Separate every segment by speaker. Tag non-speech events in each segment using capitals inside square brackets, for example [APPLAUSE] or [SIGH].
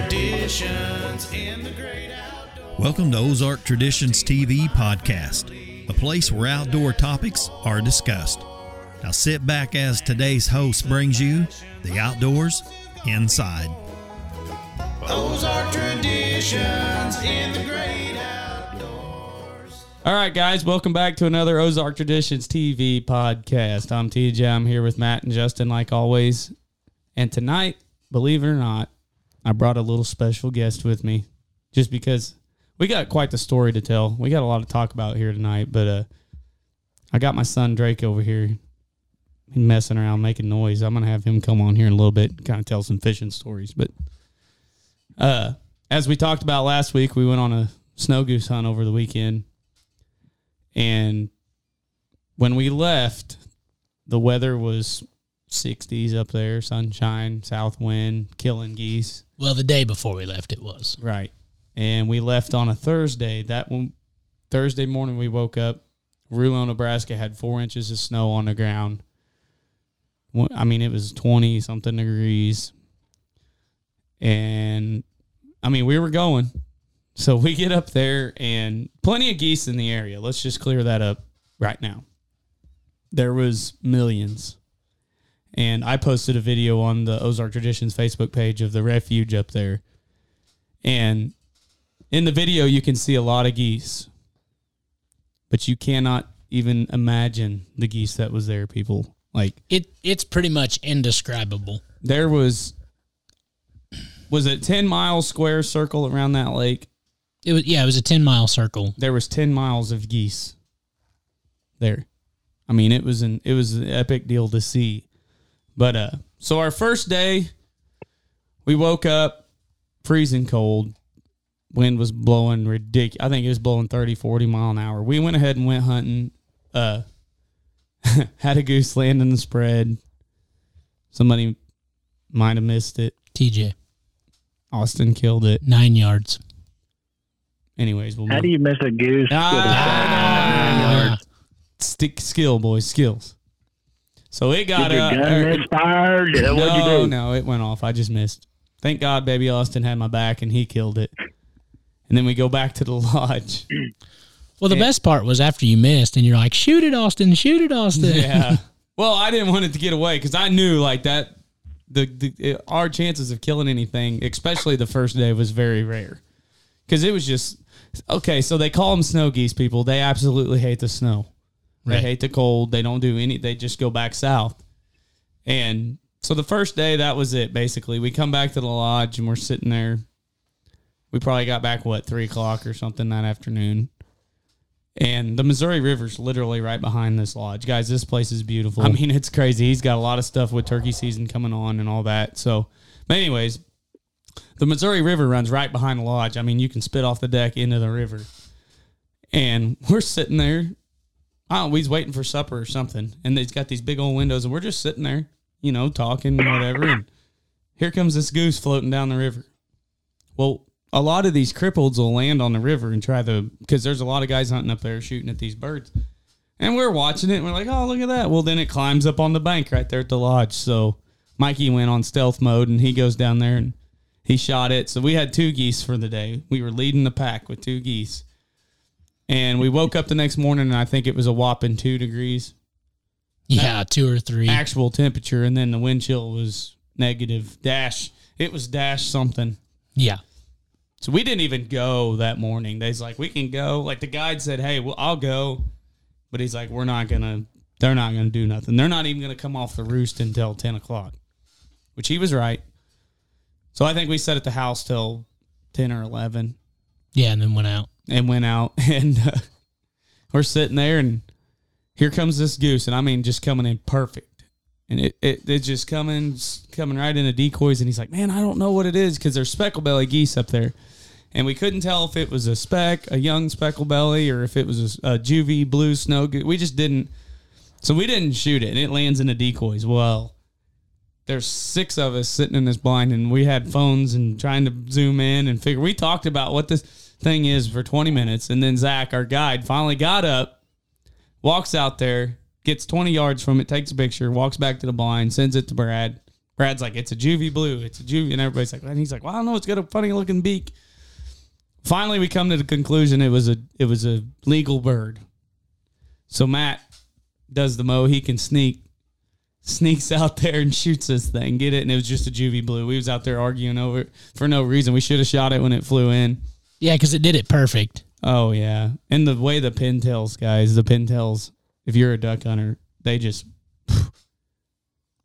Speaker 1: traditions in the great outdoors.
Speaker 2: Welcome to Ozark Traditions TV podcast, a place where outdoor topics are discussed. Now sit back as today's host brings you the outdoors inside.
Speaker 1: Those are traditions in the great outdoors.
Speaker 3: All right, guys, welcome back to another Ozark Traditions TV podcast. I'm TJ. I'm here with Matt and Justin, like always. And tonight, believe it or not, I brought a little special guest with me just because we got quite the story to tell. We got a lot to talk about here tonight, but uh, I got my son Drake over here messing around, making noise. I'm going to have him come on here in a little bit, kind of tell some fishing stories. But uh, as we talked about last week, we went on a snow goose hunt over the weekend. And when we left, the weather was 60s up there, sunshine, south wind, killing geese.
Speaker 4: Well, the day before we left, it was.
Speaker 3: Right. And we left on a Thursday. That one, Thursday morning, we woke up. Rulo, Nebraska had four inches of snow on the ground. Wha- I mean, it was 20 something degrees. And I mean, we were going. So we get up there and plenty of geese in the area. Let's just clear that up right now. There was millions. And I posted a video on the Ozark Traditions Facebook page of the refuge up there. And in the video you can see a lot of geese. But you cannot even imagine the geese that was there, people. Like
Speaker 4: It it's pretty much indescribable.
Speaker 3: there was was a 10 mile square circle around that lake
Speaker 4: It was yeah, it was a ten mile circle.
Speaker 3: there was 10 miles of geese there i mean it was an it was an epic deal to see but uh so our first day we woke up freezing cold wind was blowing ridiculous i think it was blowing 30 40 mile an hour we went ahead and went hunting uh [LAUGHS] had a goose land in the spread somebody might have missed it
Speaker 4: TJ
Speaker 3: austin killed it
Speaker 4: nine yards.
Speaker 3: anyways we'll
Speaker 5: How
Speaker 3: move-
Speaker 5: do you miss a goose?
Speaker 3: Ah, stick skill, boys, skills. So it
Speaker 5: with a
Speaker 3: got
Speaker 5: Did
Speaker 3: up.
Speaker 5: your gun misfired? What'd you
Speaker 3: no,
Speaker 5: do?
Speaker 3: no, it went off. I just missed. Thank God, baby Austin had my back and he killed it. And then we go back to the [LAUGHS] lodge.
Speaker 4: Well, the best part was after you missed, and you're like, "Shoot it, Austin! Shoot it, Austin!"
Speaker 3: yeah. Well, I didn't want it to get away because I knew like that. The, the it- our chances of killing anything, especially the first day, was very rare because it was just okay. So they call them snow geese. People they absolutely hate the snow. They
Speaker 4: Right.
Speaker 3: hate the cold. They don't do any. They just go back south. And so the first day, that was it. Basically, we come back to the lodge and we're sitting there. We probably got back what three o'clock or something that afternoon. And the Missouri River's literally right behind this lodge. Guys, this place is beautiful. I mean, it's crazy. He's got a lot of stuff with turkey season coming on and all that. So, but anyways, the Missouri River runs right behind the lodge. I mean, you can spit off the deck into the river. And we're sitting there. I don't, we's waiting for supper or something. And it's got these big old windows, and we're just sitting there, you know, talking and whatever. And here comes this goose floating down the river. Well, a lot of these crippleds will land on the river and try to, because there's a lot of guys hunting up there shooting at these birds. And we're watching it and we're like, oh, look at that. Well, then it climbs up on the bank right there at the lodge. So Mikey went on stealth mode and he goes down there and he shot it. So we had two geese for the day. We were leading the pack with two geese. And we woke up the next morning and I think it was a whopping two degrees
Speaker 4: [LAUGHS] yeah, two or three.
Speaker 3: actual temperature. And then the wind chill was negative dash. It was dash something.
Speaker 4: yeah,
Speaker 3: So we didn't even go that morning. They's like, we can go. Like the guide said, hey, well, I'll go, but he's like, we're not gonna. They're not gonna do nothing. They're not even gonna come off the roost until ten o'clock, which he was right. So I think we sat at the house till ten or eleven
Speaker 4: yeah, and then went out.
Speaker 3: and went out [LAUGHS] and uh, we're sitting there and here comes this goose and I mean just coming in perfect and it, it it's just coming coming right into decoys and he's like man I don't know what it is because there's speckle belly geese up there and we couldn't tell if it was a speck a young speckle belly or if it was a, a juvie blue snow goose we just didn't so we didn't shoot it and it lands in the decoys well there's six of us sitting in this blind and we had phones and trying to zoom in and figure we talked about what this thing is for 20 minutes and then zach our guide finally got up walks out there gets 20 yards from it takes a picture walks back to the blind sends it to brad Brad's like, it's a juvie blue. It's a juvie. And everybody's like, and he's like, well, I don't know. It's got a funny looking beak. Finally, we come to the conclusion it was a it was a legal bird. So Matt does the mo. He can sneak, sneaks out there and shoots this thing. Get it? And it was just a juvie blue. We was out there arguing over it for no reason. We should have shot it when it flew in.
Speaker 4: Yeah, because it did it perfect.
Speaker 3: Oh yeah, and the way the pintails, guys, the pintails. If you're a duck hunter, they just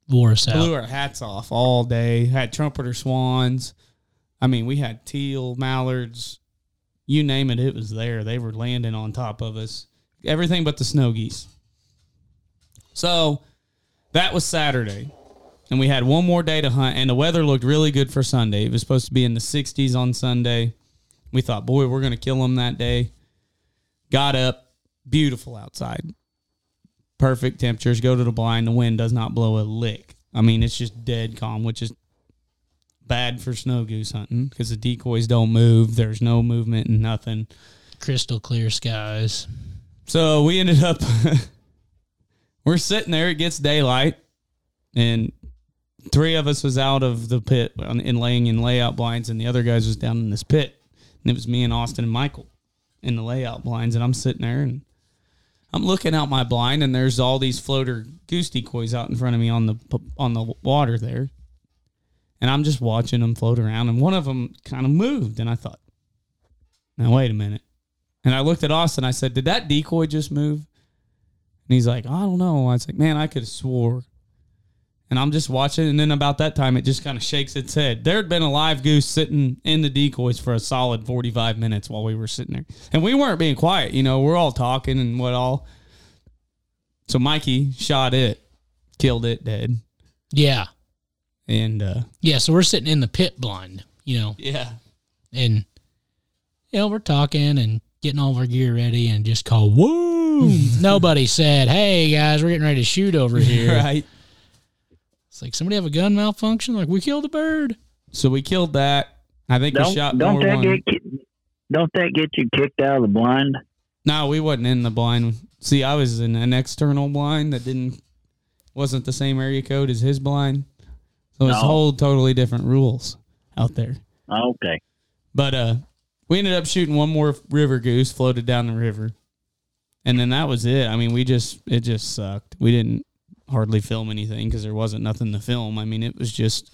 Speaker 4: Wore us out.
Speaker 3: blew our hats off all day. Had trumpeter swans. I mean, we had teal mallards. You name it, it was there. They were landing on top of us. Everything but the snow geese. So that was Saturday. And we had one more day to hunt, and the weather looked really good for Sunday. It was supposed to be in the 60s on Sunday. We thought, boy, we're going to kill them that day. Got up, beautiful outside perfect temperatures. Go to the blind. The wind does not blow a lick. I mean, it's just dead calm, which is bad for snow goose hunting because the decoys don't move. There's no movement and nothing.
Speaker 4: Crystal clear skies.
Speaker 3: So we ended up, [LAUGHS] we're sitting there. It gets daylight, and three of us was out of the pit on- and laying in layout blinds, and the other guys was down in this pit, and it was me and Austin and Michael in the layout blinds, and I'm sitting there and I'm looking out my blind, and there's all these floater goose decoys out in front of me on the p- on the water there, and I'm just watching them float around, and one of them kind of moved, and I thought, now wait a minute. And I looked at Austin. I said, "Did that decoy just move?" And he's like, "I don't know." I was like, "Man, I could have swore." And I'm just watching, and then about that time, it just kind of shakes its head. There had been a live goose sitting in the decoys for a solid 45 minutes while we were sitting there, and we weren't being quiet. You know, we're all talking and what all. So Mikey shot it, killed it dead,
Speaker 4: Yeah.
Speaker 3: and uh,
Speaker 4: Yeah. So we're sitting in the pit blind, you know,
Speaker 3: yeah,
Speaker 4: and, you know, we're talking and getting all of our gear ready and just
Speaker 3: [LAUGHS]
Speaker 4: call, woo. Nobody said, hey, guys, we're getting ready to shoot over here.
Speaker 3: [LAUGHS] right.
Speaker 4: It's like somebody have a gun malfunction. Like, we killed a bird.
Speaker 3: So we killed that. I think we
Speaker 5: Don't
Speaker 3: shot
Speaker 5: don't
Speaker 3: more.
Speaker 5: that
Speaker 3: one-
Speaker 5: get don't that get you kicked out of the blind?
Speaker 3: No, we wasn't in the blind. See, I was in an external blind that didn't wasn't the same area code as his blind. So it's
Speaker 5: No.
Speaker 3: whole totally different rules out there.
Speaker 5: Okay.
Speaker 3: But uh we ended up shooting one more river goose, floated down the river. And then that was it. I mean, we just it just sucked. We didn't hardly film anything because there wasn't nothing to film. I mean, it was just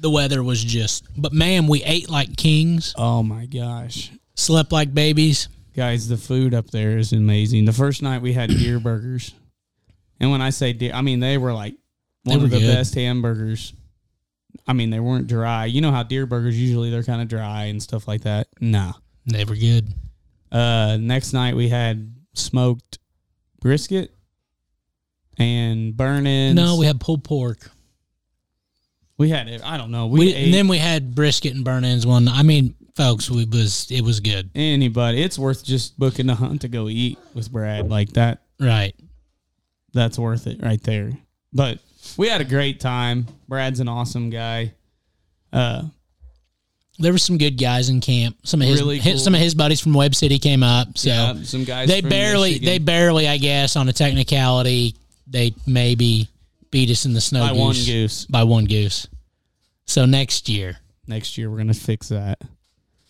Speaker 4: The weather was just, but man, we ate like kings,
Speaker 3: oh my gosh.
Speaker 4: slept like babies.
Speaker 3: Guys, the food up there is amazing. The first night
Speaker 4: [CLEARS THROAT]
Speaker 3: we had deer burgers. And when I say deer, I mean they were like one
Speaker 4: They
Speaker 3: of
Speaker 4: were
Speaker 3: the
Speaker 4: good.
Speaker 3: best hamburgers. I mean, they weren't dry. You know how deer burgers usually they're kind of dry and stuff like that. Nah.
Speaker 4: They were good.
Speaker 3: Uh next night we had smoked brisket and burn-ins.
Speaker 4: No, we had pulled pork.
Speaker 3: we had it. I don't know. We,
Speaker 4: We,
Speaker 3: ate
Speaker 4: and then we had brisket and burn ends one. I mean, folks, we was it was good.
Speaker 3: anybody. It's worth just booking a hunt to go eat with Brad like that.
Speaker 4: Right.
Speaker 3: that's worth it right there. But we had a great time. Brad's an awesome guy. Uh,
Speaker 4: There were some good guys in camp. Some of his,
Speaker 3: Really
Speaker 4: his-
Speaker 3: cool.
Speaker 4: some of his buddies from Web City came up. So
Speaker 3: yeah, some guys
Speaker 4: they
Speaker 3: from
Speaker 4: barely they
Speaker 3: Michigan
Speaker 4: barely I guess on a technicality they maybe beat us in the snow
Speaker 3: by
Speaker 4: goose,
Speaker 3: one goose.
Speaker 4: by one goose. So next year
Speaker 3: Next year we're gonna fix that.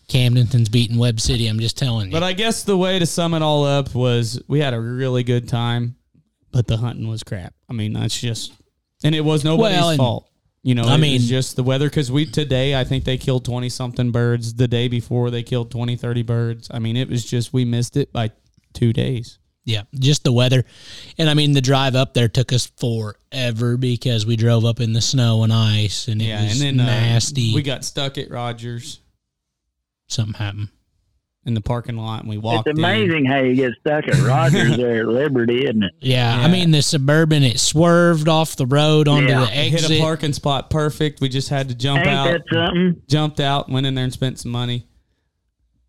Speaker 4: Camdenton's beating Web City. I'm just telling you.
Speaker 3: But I guess the way to sum it all up was we had a really good time, but the hunting was crap. I mean, that's just and it was nobody's
Speaker 4: Well, and-
Speaker 3: fault. You know,
Speaker 4: I
Speaker 3: I mean,
Speaker 4: mean-
Speaker 3: just the weather because we today I think they killed twenty something birds. The day before they killed 20, 30 birds. I mean, it was just we missed it by two days.
Speaker 4: Yeah, just the weather. And I mean, the drive up there took us forever because we drove up in the snow and ice and it
Speaker 3: Yeah,
Speaker 4: was
Speaker 3: and then uh,
Speaker 4: nasty.
Speaker 3: we got stuck at Rogers.
Speaker 4: Something happened.
Speaker 3: in the parking lot and we walked.
Speaker 5: It's amazing how you get stuck at
Speaker 4: [LAUGHS]
Speaker 5: Rogers there at Liberty, isn't it?
Speaker 4: Yeah,
Speaker 3: Yeah.
Speaker 4: I mean, the Suburban, it swerved off the road onto
Speaker 5: Yeah.
Speaker 4: the
Speaker 3: In, hit a
Speaker 4: exit.
Speaker 3: parking spot perfect. We just had to jump
Speaker 5: Ain't
Speaker 3: out.
Speaker 5: that something?
Speaker 3: Jumped out, went in there and spent some money.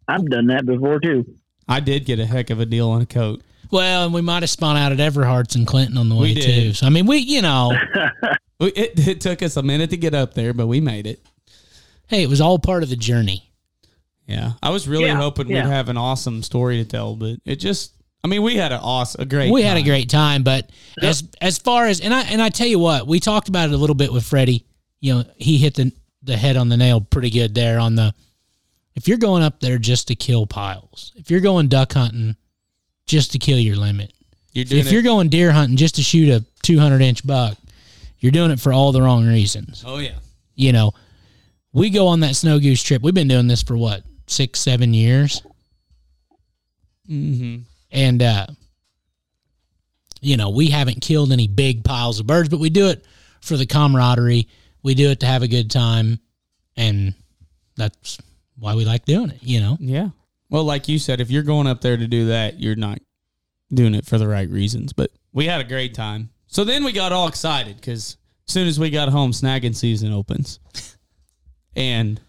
Speaker 5: I've done that before too.
Speaker 3: I did get a heck of a deal on a coat.
Speaker 4: Well, and we might have spun out at Everhart's and Clinton on the way,
Speaker 3: did.
Speaker 4: too. So, I mean, we, you know, [LAUGHS]
Speaker 3: We- It, [LAUGHS] it took us a minute to get up there, but we made it.
Speaker 4: hey, it was all part of the journey.
Speaker 3: Yeah, I was really
Speaker 5: Yeah,
Speaker 3: hoping
Speaker 5: yeah.
Speaker 3: we'd have an awesome story to tell, but it just—I mean, we had an awesome, a great.
Speaker 4: we had a
Speaker 3: time.
Speaker 4: great time, but as as far as and I and I tell you what, we talked about it a little bit with Freddie you know, he hit the the head on the nail pretty good there on the if you're going up there just to kill piles, if you're going duck hunting just to kill your limit,
Speaker 3: You're doing
Speaker 4: if you're
Speaker 3: it.
Speaker 4: going deer hunting just to shoot a 200 inch buck, you're doing it for all the wrong reasons.
Speaker 3: Oh yeah.
Speaker 4: You know, we go on that snow goose trip. We've been doing this for what six, seven years,
Speaker 3: Mm-hmm.
Speaker 4: and uh, you know we haven't killed any big piles of birds, but we do it for the camaraderie. We do it to have a good time, and that's why we like doing it. You know,
Speaker 3: Yeah. Well, like you said, if you're going up there to do that, you're not doing it for the right reasons. But we had a great time. So then we got all excited because as soon as we got home, snagging season opens. [LAUGHS] and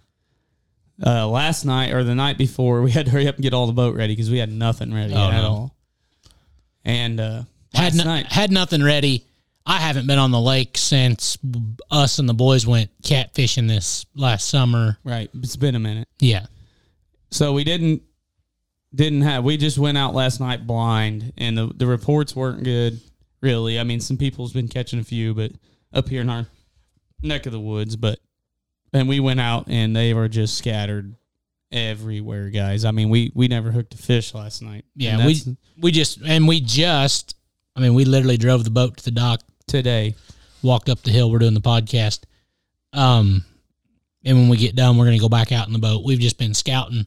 Speaker 3: uh, last night or the night before, we had to hurry up and get all the boat ready because we had nothing ready
Speaker 4: Oh,
Speaker 3: at
Speaker 4: no.
Speaker 3: all. And uh,
Speaker 4: had
Speaker 3: last
Speaker 4: no-
Speaker 3: night,
Speaker 4: had nothing ready. I haven't been on the lake since us and the boys went catfishing this last summer.
Speaker 3: right? It's been a minute.
Speaker 4: Yeah.
Speaker 3: so we didn't didn't have we just went out last night blind and the, the reports weren't good really i mean some people's been catching a few but up here in our neck of the woods but and we went out and they were just scattered everywhere guys i mean we we never hooked a fish last night
Speaker 4: Yeah,
Speaker 3: And
Speaker 4: we
Speaker 3: that's
Speaker 4: we just and we just I mean we literally drove the boat to the dock,
Speaker 3: today
Speaker 4: walked up the hill, we're doing the podcast. Um and when we get done, we're going to go back out in the boat. We've just been scouting.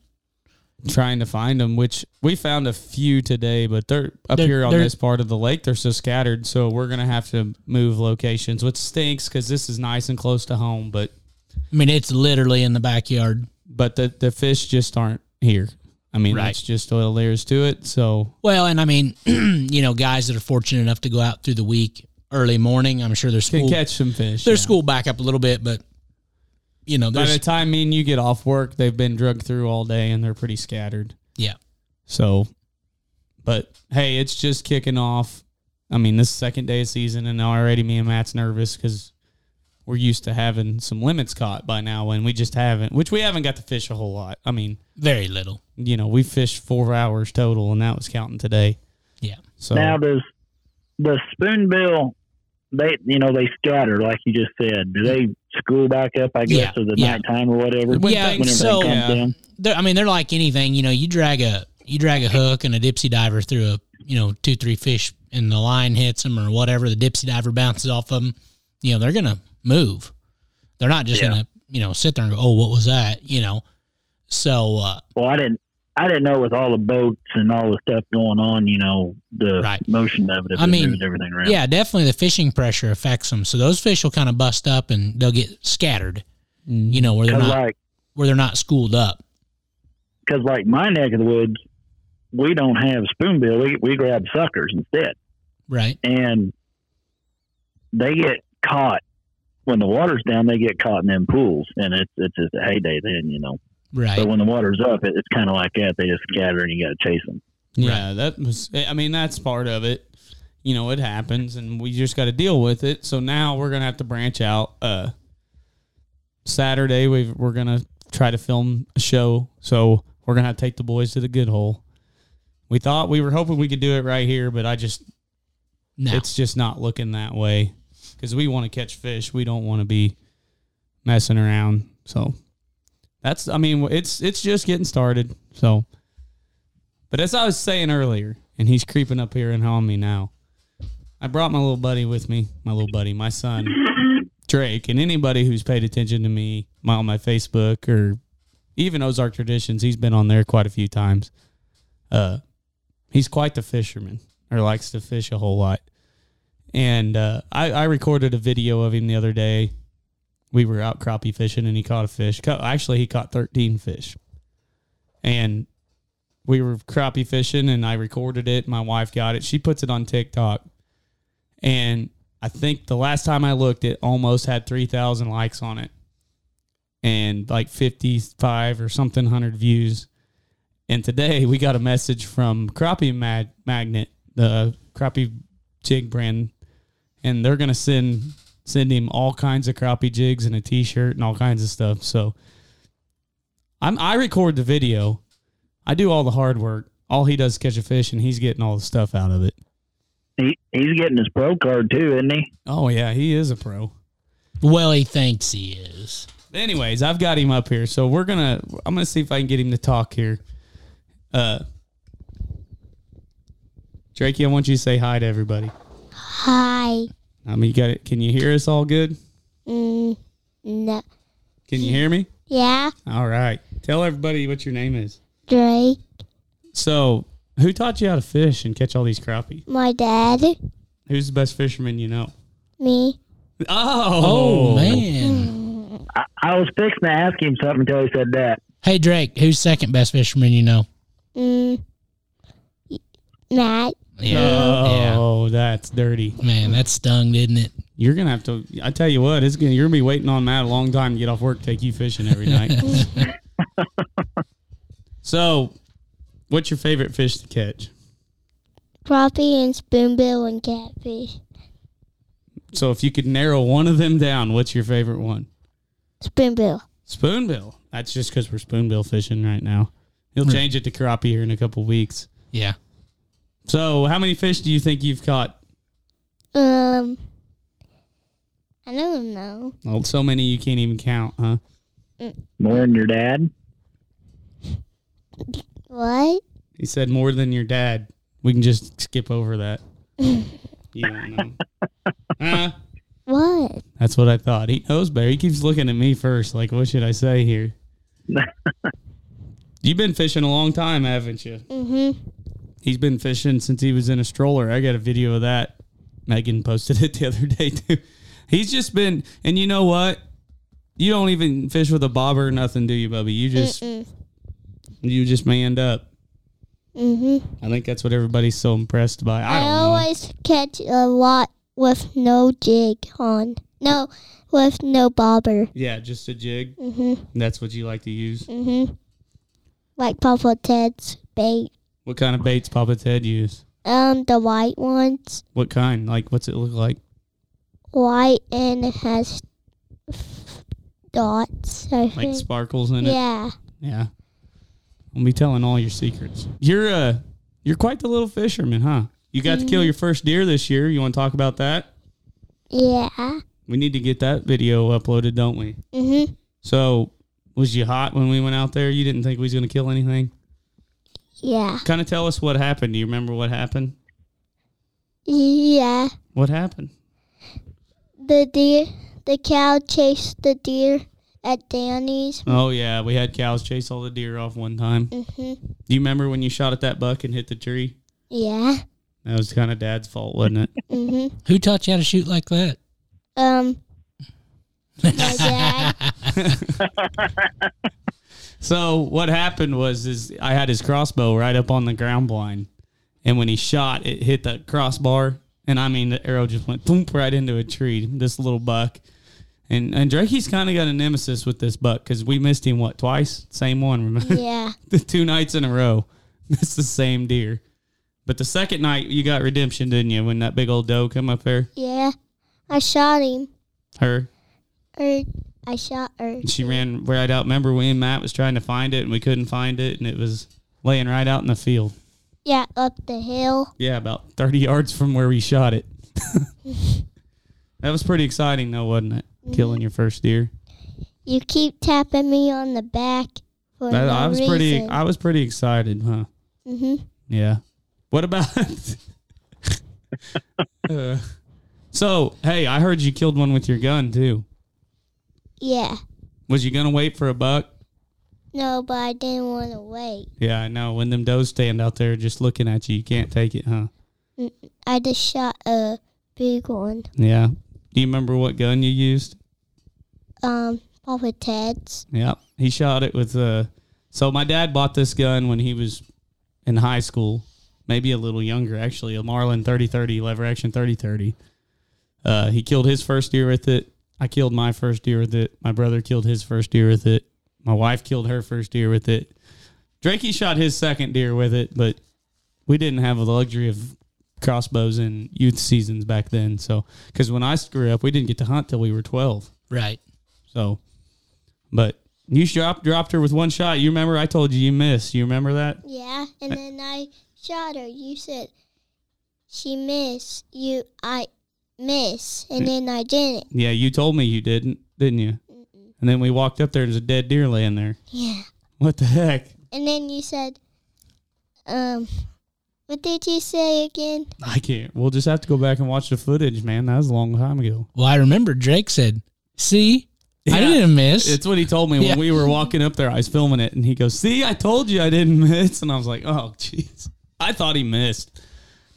Speaker 3: trying to find them which we found a few today but they're up
Speaker 4: They're-
Speaker 3: here on
Speaker 4: they're-
Speaker 3: this part of the lake they're so scattered so we're gonna have to move locations which stinks because this is nice and close to home but
Speaker 4: I mean, it's literally in the backyard.
Speaker 3: but the the fish just aren't here. I mean,
Speaker 4: Right.
Speaker 3: that's just all there is to it. So
Speaker 4: Well, and I mean, [CLEARS THROAT] you know, guys that are fortunate enough to go out through the week early morning, I'm sure there's
Speaker 3: can
Speaker 4: school
Speaker 3: catch some fish.
Speaker 4: their
Speaker 3: yeah.
Speaker 4: school back up a little bit, but you know,
Speaker 3: By
Speaker 4: there's
Speaker 3: the time me and you get off work, they've been drugged through all day and they're pretty scattered.
Speaker 4: yeah.
Speaker 3: So, but hey, it's just kicking off. I mean, this second day of season, and already me and Matt's nervous because we're used to having some limits caught by now, and we just haven't. Which we haven't got to fish a whole lot. I mean,
Speaker 4: Very little.
Speaker 3: you know, we fished four hours total, and that was counting today.
Speaker 4: Yeah.
Speaker 3: So
Speaker 5: Now does the spoonbill? They you know they scatter like you just said. Do they school back up? I guess
Speaker 4: Yeah,
Speaker 5: or the
Speaker 4: yeah.
Speaker 5: nighttime or whatever.
Speaker 4: When Yeah,
Speaker 5: whenever
Speaker 4: things-
Speaker 5: they
Speaker 4: so-
Speaker 5: come
Speaker 3: Yeah.
Speaker 5: down.
Speaker 4: they're, I mean, they're like anything. You know, you drag a you drag a hook and a dipsy diver through a you know two three fish, and the line hits them or whatever. The dipsy diver bounces off of them. You know, they're gonna move. They're not just
Speaker 5: Yeah.
Speaker 4: gonna you know sit there and go, oh, what was that? You know, so uh,
Speaker 5: Well, I didn't. I didn't know with all the boats and all the stuff going on, you know, the
Speaker 4: Right.
Speaker 5: motion of it. If
Speaker 4: I
Speaker 5: it
Speaker 4: mean,
Speaker 5: moves everything around.
Speaker 4: yeah, definitely the fishing pressure affects them. So those fish will kind of bust up and they'll get scattered.
Speaker 3: Mm.
Speaker 4: You know, where they're
Speaker 5: Cause
Speaker 4: not
Speaker 5: like,
Speaker 4: where they're not schooled up.
Speaker 5: cause like my neck of the woods, we don't have spoonbill. We we grab suckers instead,
Speaker 4: Right.
Speaker 5: and they get caught when the water's down. They get caught in them pools, and it's it's just a heyday then, you know.
Speaker 4: Right.
Speaker 5: But when the water's up, it, it's kind of like that. They just scatter and you got to chase them.
Speaker 3: Yeah, that was. I mean, that's part of it. You know, it happens, and we just got to deal with it. So now we're gonna have to branch out. Uh, Saturday we we're gonna try to film a show, so we're gonna take the boys to the good hole. We thought we were hoping we could do it right here, but I just
Speaker 4: No.
Speaker 3: it's just not looking that way because we want to catch fish. We don't want to be messing around. So that's, I mean, it's it's just getting started. So, but as I was saying earlier, and he's creeping up here and on me now. I brought my little buddy with me, my little buddy, my son, Drake, and anybody who's paid attention to me my, on my Facebook or even Ozark Traditions, he's been on there quite a few times. Uh, he's quite the fisherman, or likes to fish a whole lot. And uh, I, I recorded a video of him the other day. We were out crappie fishing, and he caught a fish. Ca- Actually, he caught thirteen fish, and we were crappie fishing, and I recorded it. My wife got it. She puts it on TikTok, and I think the last time I looked, it almost had three thousand likes on it, and like fifty-five or something hundred views. And today we got a message from Crappie Mag- Magnet, the crappie jig brand, and they're gonna send send him all kinds of crappie jigs and a T-shirt and all kinds of stuff. So I'm I record the video, I do all the hard work. All he does is catch a fish, and he's getting all the stuff out of it.
Speaker 5: He, he's getting his pro card too, isn't he?
Speaker 3: Oh yeah, he is a pro.
Speaker 4: Well, he thinks he is.
Speaker 3: Anyways, I've got him up here, so we're gonna. I'm gonna see if I can get him to talk here. Uh, Drakey, I want you to say hi to everybody.
Speaker 6: Hi.
Speaker 3: I mean, you got it. Can you hear us all good?
Speaker 6: Mm, no.
Speaker 3: Can you hear me?
Speaker 6: Yeah,
Speaker 3: All right. Tell everybody what your name is.
Speaker 6: Drake.
Speaker 3: So, who taught you how to fish and catch all these crappie?
Speaker 6: My dad.
Speaker 3: Who's the best fisherman you know?
Speaker 6: Me.
Speaker 3: Oh,
Speaker 4: man.
Speaker 5: I, I was fixing to ask him something until he said that.
Speaker 4: Hey Drake, who's second best fisherman you know?
Speaker 6: Mm, Matt.
Speaker 3: Oh, that's dirty.
Speaker 4: Yeah. Man, that stung, didn't it?
Speaker 3: You're gonna have to. I tell you what, it's gonna. You're gonna be waiting on Matt a long time to get off work, to take you fishing every night. so, what's your favorite fish to catch?
Speaker 6: Crappie and spoonbill and catfish.
Speaker 3: So, if you could narrow one of them down, what's your favorite one?
Speaker 6: Spoonbill.
Speaker 3: Spoonbill. That's just because we're spoonbill fishing right now. He'll change it to crappie here in a couple weeks.
Speaker 4: Yeah.
Speaker 3: So, how many fish do you think you've caught?
Speaker 6: Um, I don't know.
Speaker 3: Well, so many you can't even count, huh?
Speaker 5: More than your dad.
Speaker 6: What?
Speaker 3: He said more than your dad. We can just skip over that. you don't know. Huh?
Speaker 6: What?
Speaker 3: That's what I thought. He knows better. He keeps looking at me first, like, what should I say here? You've been fishing a long time, haven't you?
Speaker 6: Mm-hmm.
Speaker 3: He's been fishing since he was in a stroller. I got a video of that. Megan posted it the other day, too. He's just been, and you know what? You don't even fish with a bobber or nothing, do you, Bubby? You just,
Speaker 6: Mm-mm.
Speaker 3: you just manned up.
Speaker 6: Mm-hmm.
Speaker 3: I think that's what everybody's so impressed by. I
Speaker 6: I,
Speaker 3: don't know.
Speaker 6: always catch a lot with no jig on. No, with no bobber.
Speaker 3: Yeah, just a jig.
Speaker 6: Mm-hmm.
Speaker 3: That's what you like to use.
Speaker 6: Mm-hmm. Like Papa Ted's bait.
Speaker 3: What kind of baits Papa Ted use?
Speaker 6: Um, the white ones.
Speaker 3: What kind? Like, what's it look like?
Speaker 6: White and it has dots, I
Speaker 3: Like
Speaker 6: think.
Speaker 3: sparkles in it?
Speaker 6: Hmm. yeah.
Speaker 3: Yeah. I'll be telling all your secrets. You're uh you're quite the little fisherman, huh? You got to kill your first deer this year. You want to talk about that?
Speaker 6: Yeah.
Speaker 3: We need to get that video uploaded, don't we?
Speaker 6: Mm-hmm.
Speaker 3: So, was you hot when we went out there? You didn't think we was going to kill anything?
Speaker 6: Yeah.
Speaker 3: Kind of tell us what happened. Do you remember what happened?
Speaker 6: Yeah.
Speaker 3: What happened?
Speaker 6: The deer, the cow chased the deer at Danny's.
Speaker 3: Oh yeah, we had cows chase all the deer off one time.
Speaker 6: Mm-hmm.
Speaker 3: Do you remember when you shot at that buck and hit the tree?
Speaker 6: Yeah.
Speaker 3: That was kind of dad's fault, wasn't it?
Speaker 6: Mm-hmm.
Speaker 4: Who taught you how to shoot like that?
Speaker 3: [LAUGHS]
Speaker 6: Um, my dad.
Speaker 3: So what happened was is I had his crossbow right up on the ground blind, and when he shot, it hit the crossbar, and I mean the arrow just went thump right into a tree. This little buck, and and Drakey's kind of got a nemesis with this buck because we missed him what twice, same one, remember?
Speaker 6: yeah.
Speaker 3: [LAUGHS] the two nights in a row. [LAUGHS] It's the same deer, but the second night you got redemption, didn't you? When that big old doe come up there,
Speaker 6: Yeah. I shot him.
Speaker 3: her
Speaker 6: Er, I shot er. her.
Speaker 3: she ran right out. Remember when Matt was trying to find it and we couldn't find it, and it was laying right out in the field.
Speaker 6: Yeah, up the hill.
Speaker 3: Yeah, about 30 yards from where we shot it. that was pretty exciting, though, wasn't it? Killing your first deer.
Speaker 6: You keep tapping me on the back for
Speaker 3: That-
Speaker 6: no
Speaker 3: I was
Speaker 6: reason.
Speaker 3: pretty. I was pretty excited, huh?
Speaker 6: mm-hmm.
Speaker 3: Yeah. What about? [LAUGHS] Uh, so hey, I heard you killed one with your gun too.
Speaker 6: Yeah.
Speaker 3: Was you gonna wait for a buck?
Speaker 6: No, but I didn't want to wait.
Speaker 3: Yeah, I know. When them does stand out there just looking at you, you can't take it, huh?
Speaker 6: I just shot a big one.
Speaker 3: Yeah. Do you remember what gun you used?
Speaker 6: Um, Papa Ted's.
Speaker 3: Yeah, he shot it with Uh, so my dad bought this gun when he was in high school, maybe a little younger actually. A Marlin 3030 lever action 3030. Uh, he killed his first deer with it. I killed my first deer with it. My brother killed his first deer with it. My wife killed her first deer with it. Drakey shot his second deer with it, but we didn't have the luxury of crossbows in youth seasons back then. So, because when I grew up, we didn't get to hunt till we were 12.
Speaker 4: Right.
Speaker 3: So, but you dropped dropped her with one shot. You remember I told you you missed. You remember that?
Speaker 6: Yeah, and then I shot her. You said she missed. You, I, miss, and then I didn't.
Speaker 3: Yeah, you told me you didn't, didn't you? And then we walked up there and there's a dead deer laying there.
Speaker 6: Yeah.
Speaker 3: What the heck?
Speaker 6: And then you said, um, what did you say again?
Speaker 3: I can't. We'll just have to go back and watch the footage, man. That was a long time ago.
Speaker 4: Well, I remember Drake said, "See,
Speaker 3: Yeah.
Speaker 4: I didn't miss."
Speaker 3: It's what he told me
Speaker 4: Yeah.
Speaker 3: when we were walking up there. I was filming it and he goes, See, I told you I didn't [LAUGHS] miss. And I was like, Oh, jeez. I thought he missed.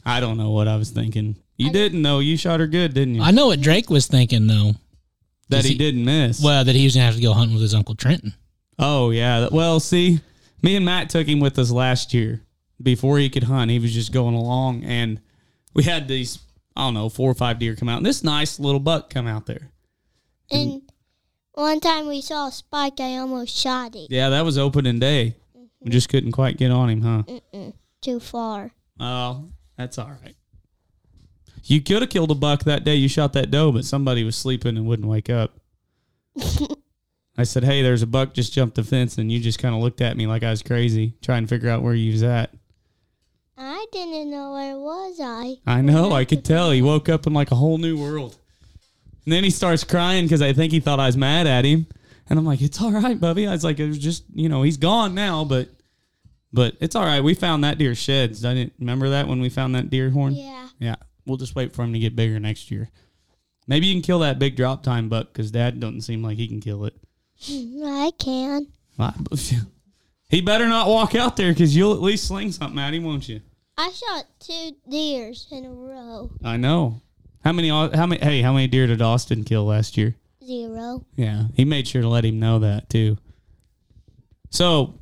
Speaker 3: I don't know what I was thinking. You didn't, though. You shot her good, didn't you?
Speaker 4: I know what Drake was thinking though.
Speaker 3: that he
Speaker 4: he-
Speaker 3: didn't miss.
Speaker 4: Well, that he was gonna have to go hunting with his uncle Trenton.
Speaker 3: Oh yeah. Well, see, me and Matt took him with us last year. Before he could hunt, he was just going along, and we had these I don't know four or five deer come out, and this nice little buck come out there.
Speaker 6: And one time we saw a spike, I almost shot it
Speaker 3: Yeah, that was opening day. We just couldn't quite get on him, huh?
Speaker 6: too far.
Speaker 3: Oh, that's all right. You could have killed a buck that day you shot that doe, but somebody was sleeping and wouldn't wake up. I said, "Hey, there's a buck just jumped the fence," and you just kind of looked at me like I was crazy, trying to figure out where you was at.
Speaker 6: I didn't know where was I.
Speaker 3: I know. I could tell. He woke up in like a whole new world. And then he starts crying because I think he thought I was mad at him. And I'm like, it's all right, Bubby. I was like, it was just, you know, he's gone now, but but it's all right. We found that deer sheds. I didn't remember that when we found that deer horn.
Speaker 6: [LAUGHS] Yeah.
Speaker 3: Yeah. We'll just wait for him to get bigger next year. Maybe you can kill that big drop time buck because dad doesn't seem like he can kill it.
Speaker 6: I can.
Speaker 3: Well, I- [LAUGHS] he better not walk out there because you'll at least sling something at him, won't you?
Speaker 6: I shot two deers in a row.
Speaker 3: I know. How many? How many? Hey, how many deer did Austin kill last year?
Speaker 6: Zero.
Speaker 3: Yeah, he made sure to let him know that too. So,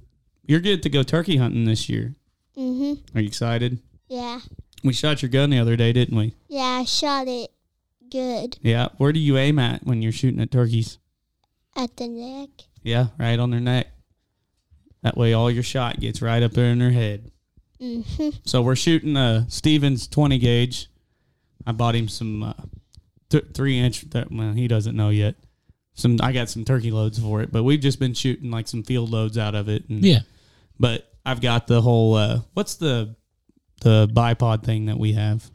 Speaker 3: you're good to go turkey hunting this year.
Speaker 6: hmm
Speaker 3: Are you excited?
Speaker 6: Yeah.
Speaker 3: We shot your gun the other day, didn't we?
Speaker 6: Yeah, I shot it good
Speaker 3: Yeah. Where do you aim at when you're shooting at turkeys?
Speaker 6: at the neck.
Speaker 3: Yeah, right on their neck. That way, all your shot gets right up there in their head.
Speaker 6: hmm
Speaker 3: So we're shooting a Stevens 20 gauge. I bought him some uh, th- three inch. That, well, he doesn't know yet. Some I got some turkey loads for it, but we've just been shooting like some field loads out of it. And,
Speaker 4: Yeah,
Speaker 3: But I've got the whole uh, what's the the bipod thing that we have?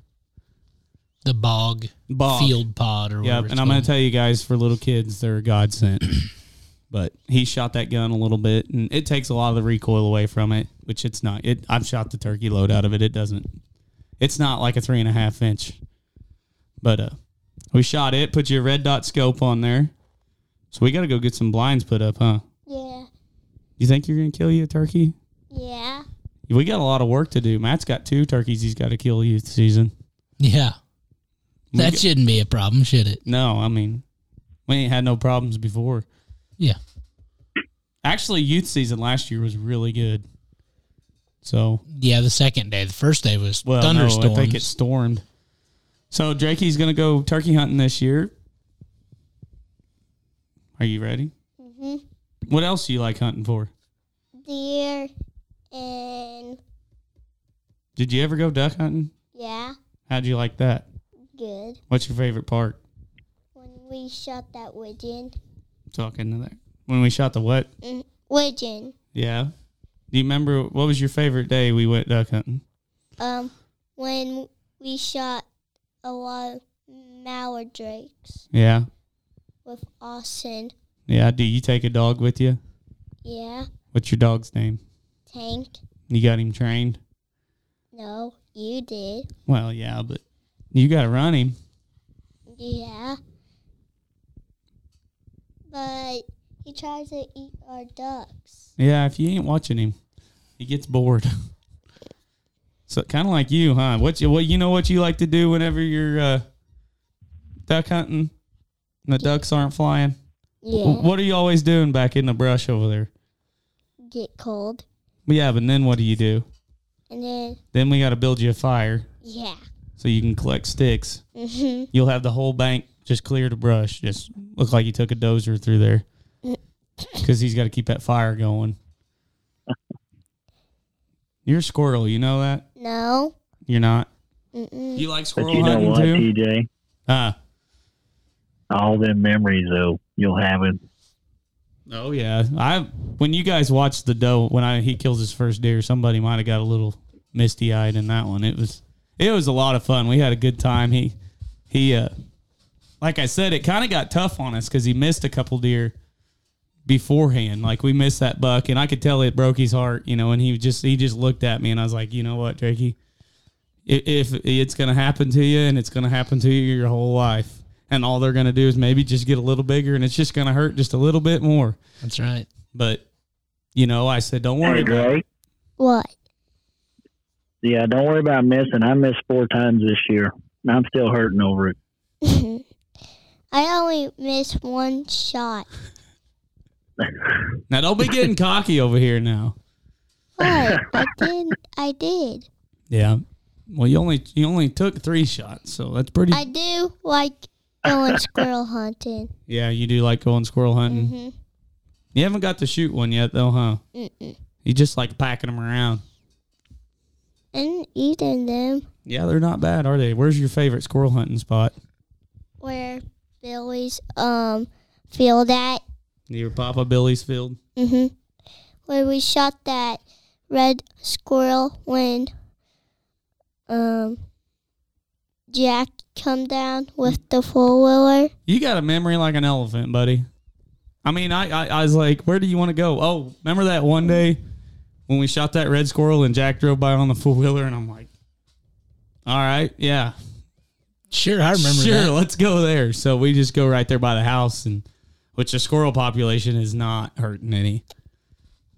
Speaker 4: the bog,
Speaker 3: Bog.
Speaker 4: field pod or
Speaker 3: Yeah,
Speaker 4: whatever.
Speaker 3: and
Speaker 4: it's
Speaker 3: I'm going
Speaker 4: called.
Speaker 3: to tell you guys for little kids, they're a godsend. [CLEARS THROAT] but he shot that gun a little bit, and it takes a lot of the recoil away from it, which it's not. It I've shot the turkey load out of it. It doesn't. It's not like a three and a half inch. But uh, we shot it. Put your red dot scope on there. So we got to go get some blinds put up, huh?
Speaker 6: Yeah.
Speaker 3: You think you're going to kill you a turkey?
Speaker 6: Yeah.
Speaker 3: We got a lot of work to do. Matt's got two turkeys he's got to kill youth season.
Speaker 4: yeah,
Speaker 3: We
Speaker 4: that
Speaker 3: got-
Speaker 4: shouldn't be a problem, should it?
Speaker 3: No, I mean, we ain't had no problems before.
Speaker 4: Yeah.
Speaker 3: Actually, youth season last year was really good. So,
Speaker 4: Yeah, the second day, the first day was
Speaker 3: well,
Speaker 4: thunderstorms.
Speaker 3: no, I think it stormed. So, Drakey's going to go turkey hunting this year. Are you ready?
Speaker 6: hmm
Speaker 3: What else do you like hunting for?
Speaker 6: Deer and
Speaker 3: Did you ever go duck hunting?
Speaker 6: yeah,
Speaker 3: How'd you like that?
Speaker 6: good.
Speaker 3: What's your favorite part?
Speaker 6: When we shot that widgeon.
Speaker 3: Talking to that. When we shot the what?
Speaker 6: Mm, widgeon.
Speaker 3: Yeah. Do you remember what was your favorite day we went duck hunting?
Speaker 6: Um, when we shot a lot of mallard drakes
Speaker 3: Yeah.
Speaker 6: with Austin.
Speaker 3: Yeah. Do you take a dog with you?
Speaker 6: Yeah.
Speaker 3: What's your dog's name?
Speaker 6: Tank.
Speaker 3: You got him trained?
Speaker 6: No, you did.
Speaker 3: Well, yeah, but you got to run him.
Speaker 6: Yeah. But he tries to eat our ducks.
Speaker 3: Yeah, if you ain't watching him, he gets bored. [LAUGHS] so kind of like you, huh? What you, well, you know what you like to do whenever you're uh, duck hunting and the ducks aren't flying.
Speaker 6: Yeah.
Speaker 3: What are you always doing back in the brush over there?
Speaker 6: Get cold.
Speaker 3: Yeah, but then what do you do?
Speaker 6: And then,
Speaker 3: Then we got to build you a fire
Speaker 6: yeah.
Speaker 3: so you can collect sticks.
Speaker 6: hmm
Speaker 3: You'll have the whole bank just clear to brush. Just look like you took a dozer through there because he's got to keep that fire going. You're a squirrel, you know that?
Speaker 6: No.
Speaker 3: You're not.
Speaker 6: Mm-mm.
Speaker 3: You like
Speaker 5: But
Speaker 3: squirrel
Speaker 5: you know
Speaker 3: hunting
Speaker 5: what,
Speaker 3: too?
Speaker 5: TJ?
Speaker 3: Uh,
Speaker 5: All them memories though you'll have it.
Speaker 3: oh yeah. I when you guys watched the doe when I he kills his first deer, somebody might have got a little misty eyed in that one. It was it was a lot of fun. We had a good time. He he he uh like I said, it kind of got tough on us because he missed a couple deer beforehand. Like we missed that buck, and I could tell it broke his heart, you know. And he just he just looked at me, and I was like, you know what, Drakey, I- if it's gonna happen to you, and it's gonna happen to you your whole life, and all they're gonna do is maybe just get a little bigger, and it's just gonna hurt just a little bit more.
Speaker 4: That's right.
Speaker 3: But you know, I said, don't worry.
Speaker 5: Hey,
Speaker 3: about it.
Speaker 5: Drake.
Speaker 6: What? [LAUGHS]
Speaker 5: Yeah, don't worry about missing. I missed four times this year. and I'm still hurting over it. [LAUGHS]
Speaker 6: I only missed one shot.
Speaker 3: Now don't be getting cocky over here now.
Speaker 6: What? I did. I did.
Speaker 3: Yeah. Well, you only you only took three shots, so that's pretty.
Speaker 6: I do like going squirrel hunting.
Speaker 3: yeah, you do like going squirrel hunting.
Speaker 6: hmm
Speaker 3: You haven't got to shoot one yet, though, huh?
Speaker 6: Mm-hmm. Mm-mm.
Speaker 3: You just like packing them around.
Speaker 6: And eating them
Speaker 3: Yeah, they're not bad, are they? Where's your favorite squirrel hunting spot?
Speaker 6: where Billy's um field at.
Speaker 3: Your Papa Billy's field.
Speaker 6: hmm Where we shot that red squirrel when um Jack come down with the four wheeler.
Speaker 3: You got a memory like an elephant, buddy. I mean, I, I, I was like, where do you want to go? Oh, remember that one day when we shot that red squirrel and Jack drove by on the four wheeler, and I'm like, all right, yeah,
Speaker 4: Sure, I remember
Speaker 3: sure,
Speaker 4: that.
Speaker 3: let's go there. So we just go right there by the house, and which the squirrel population is not hurting any.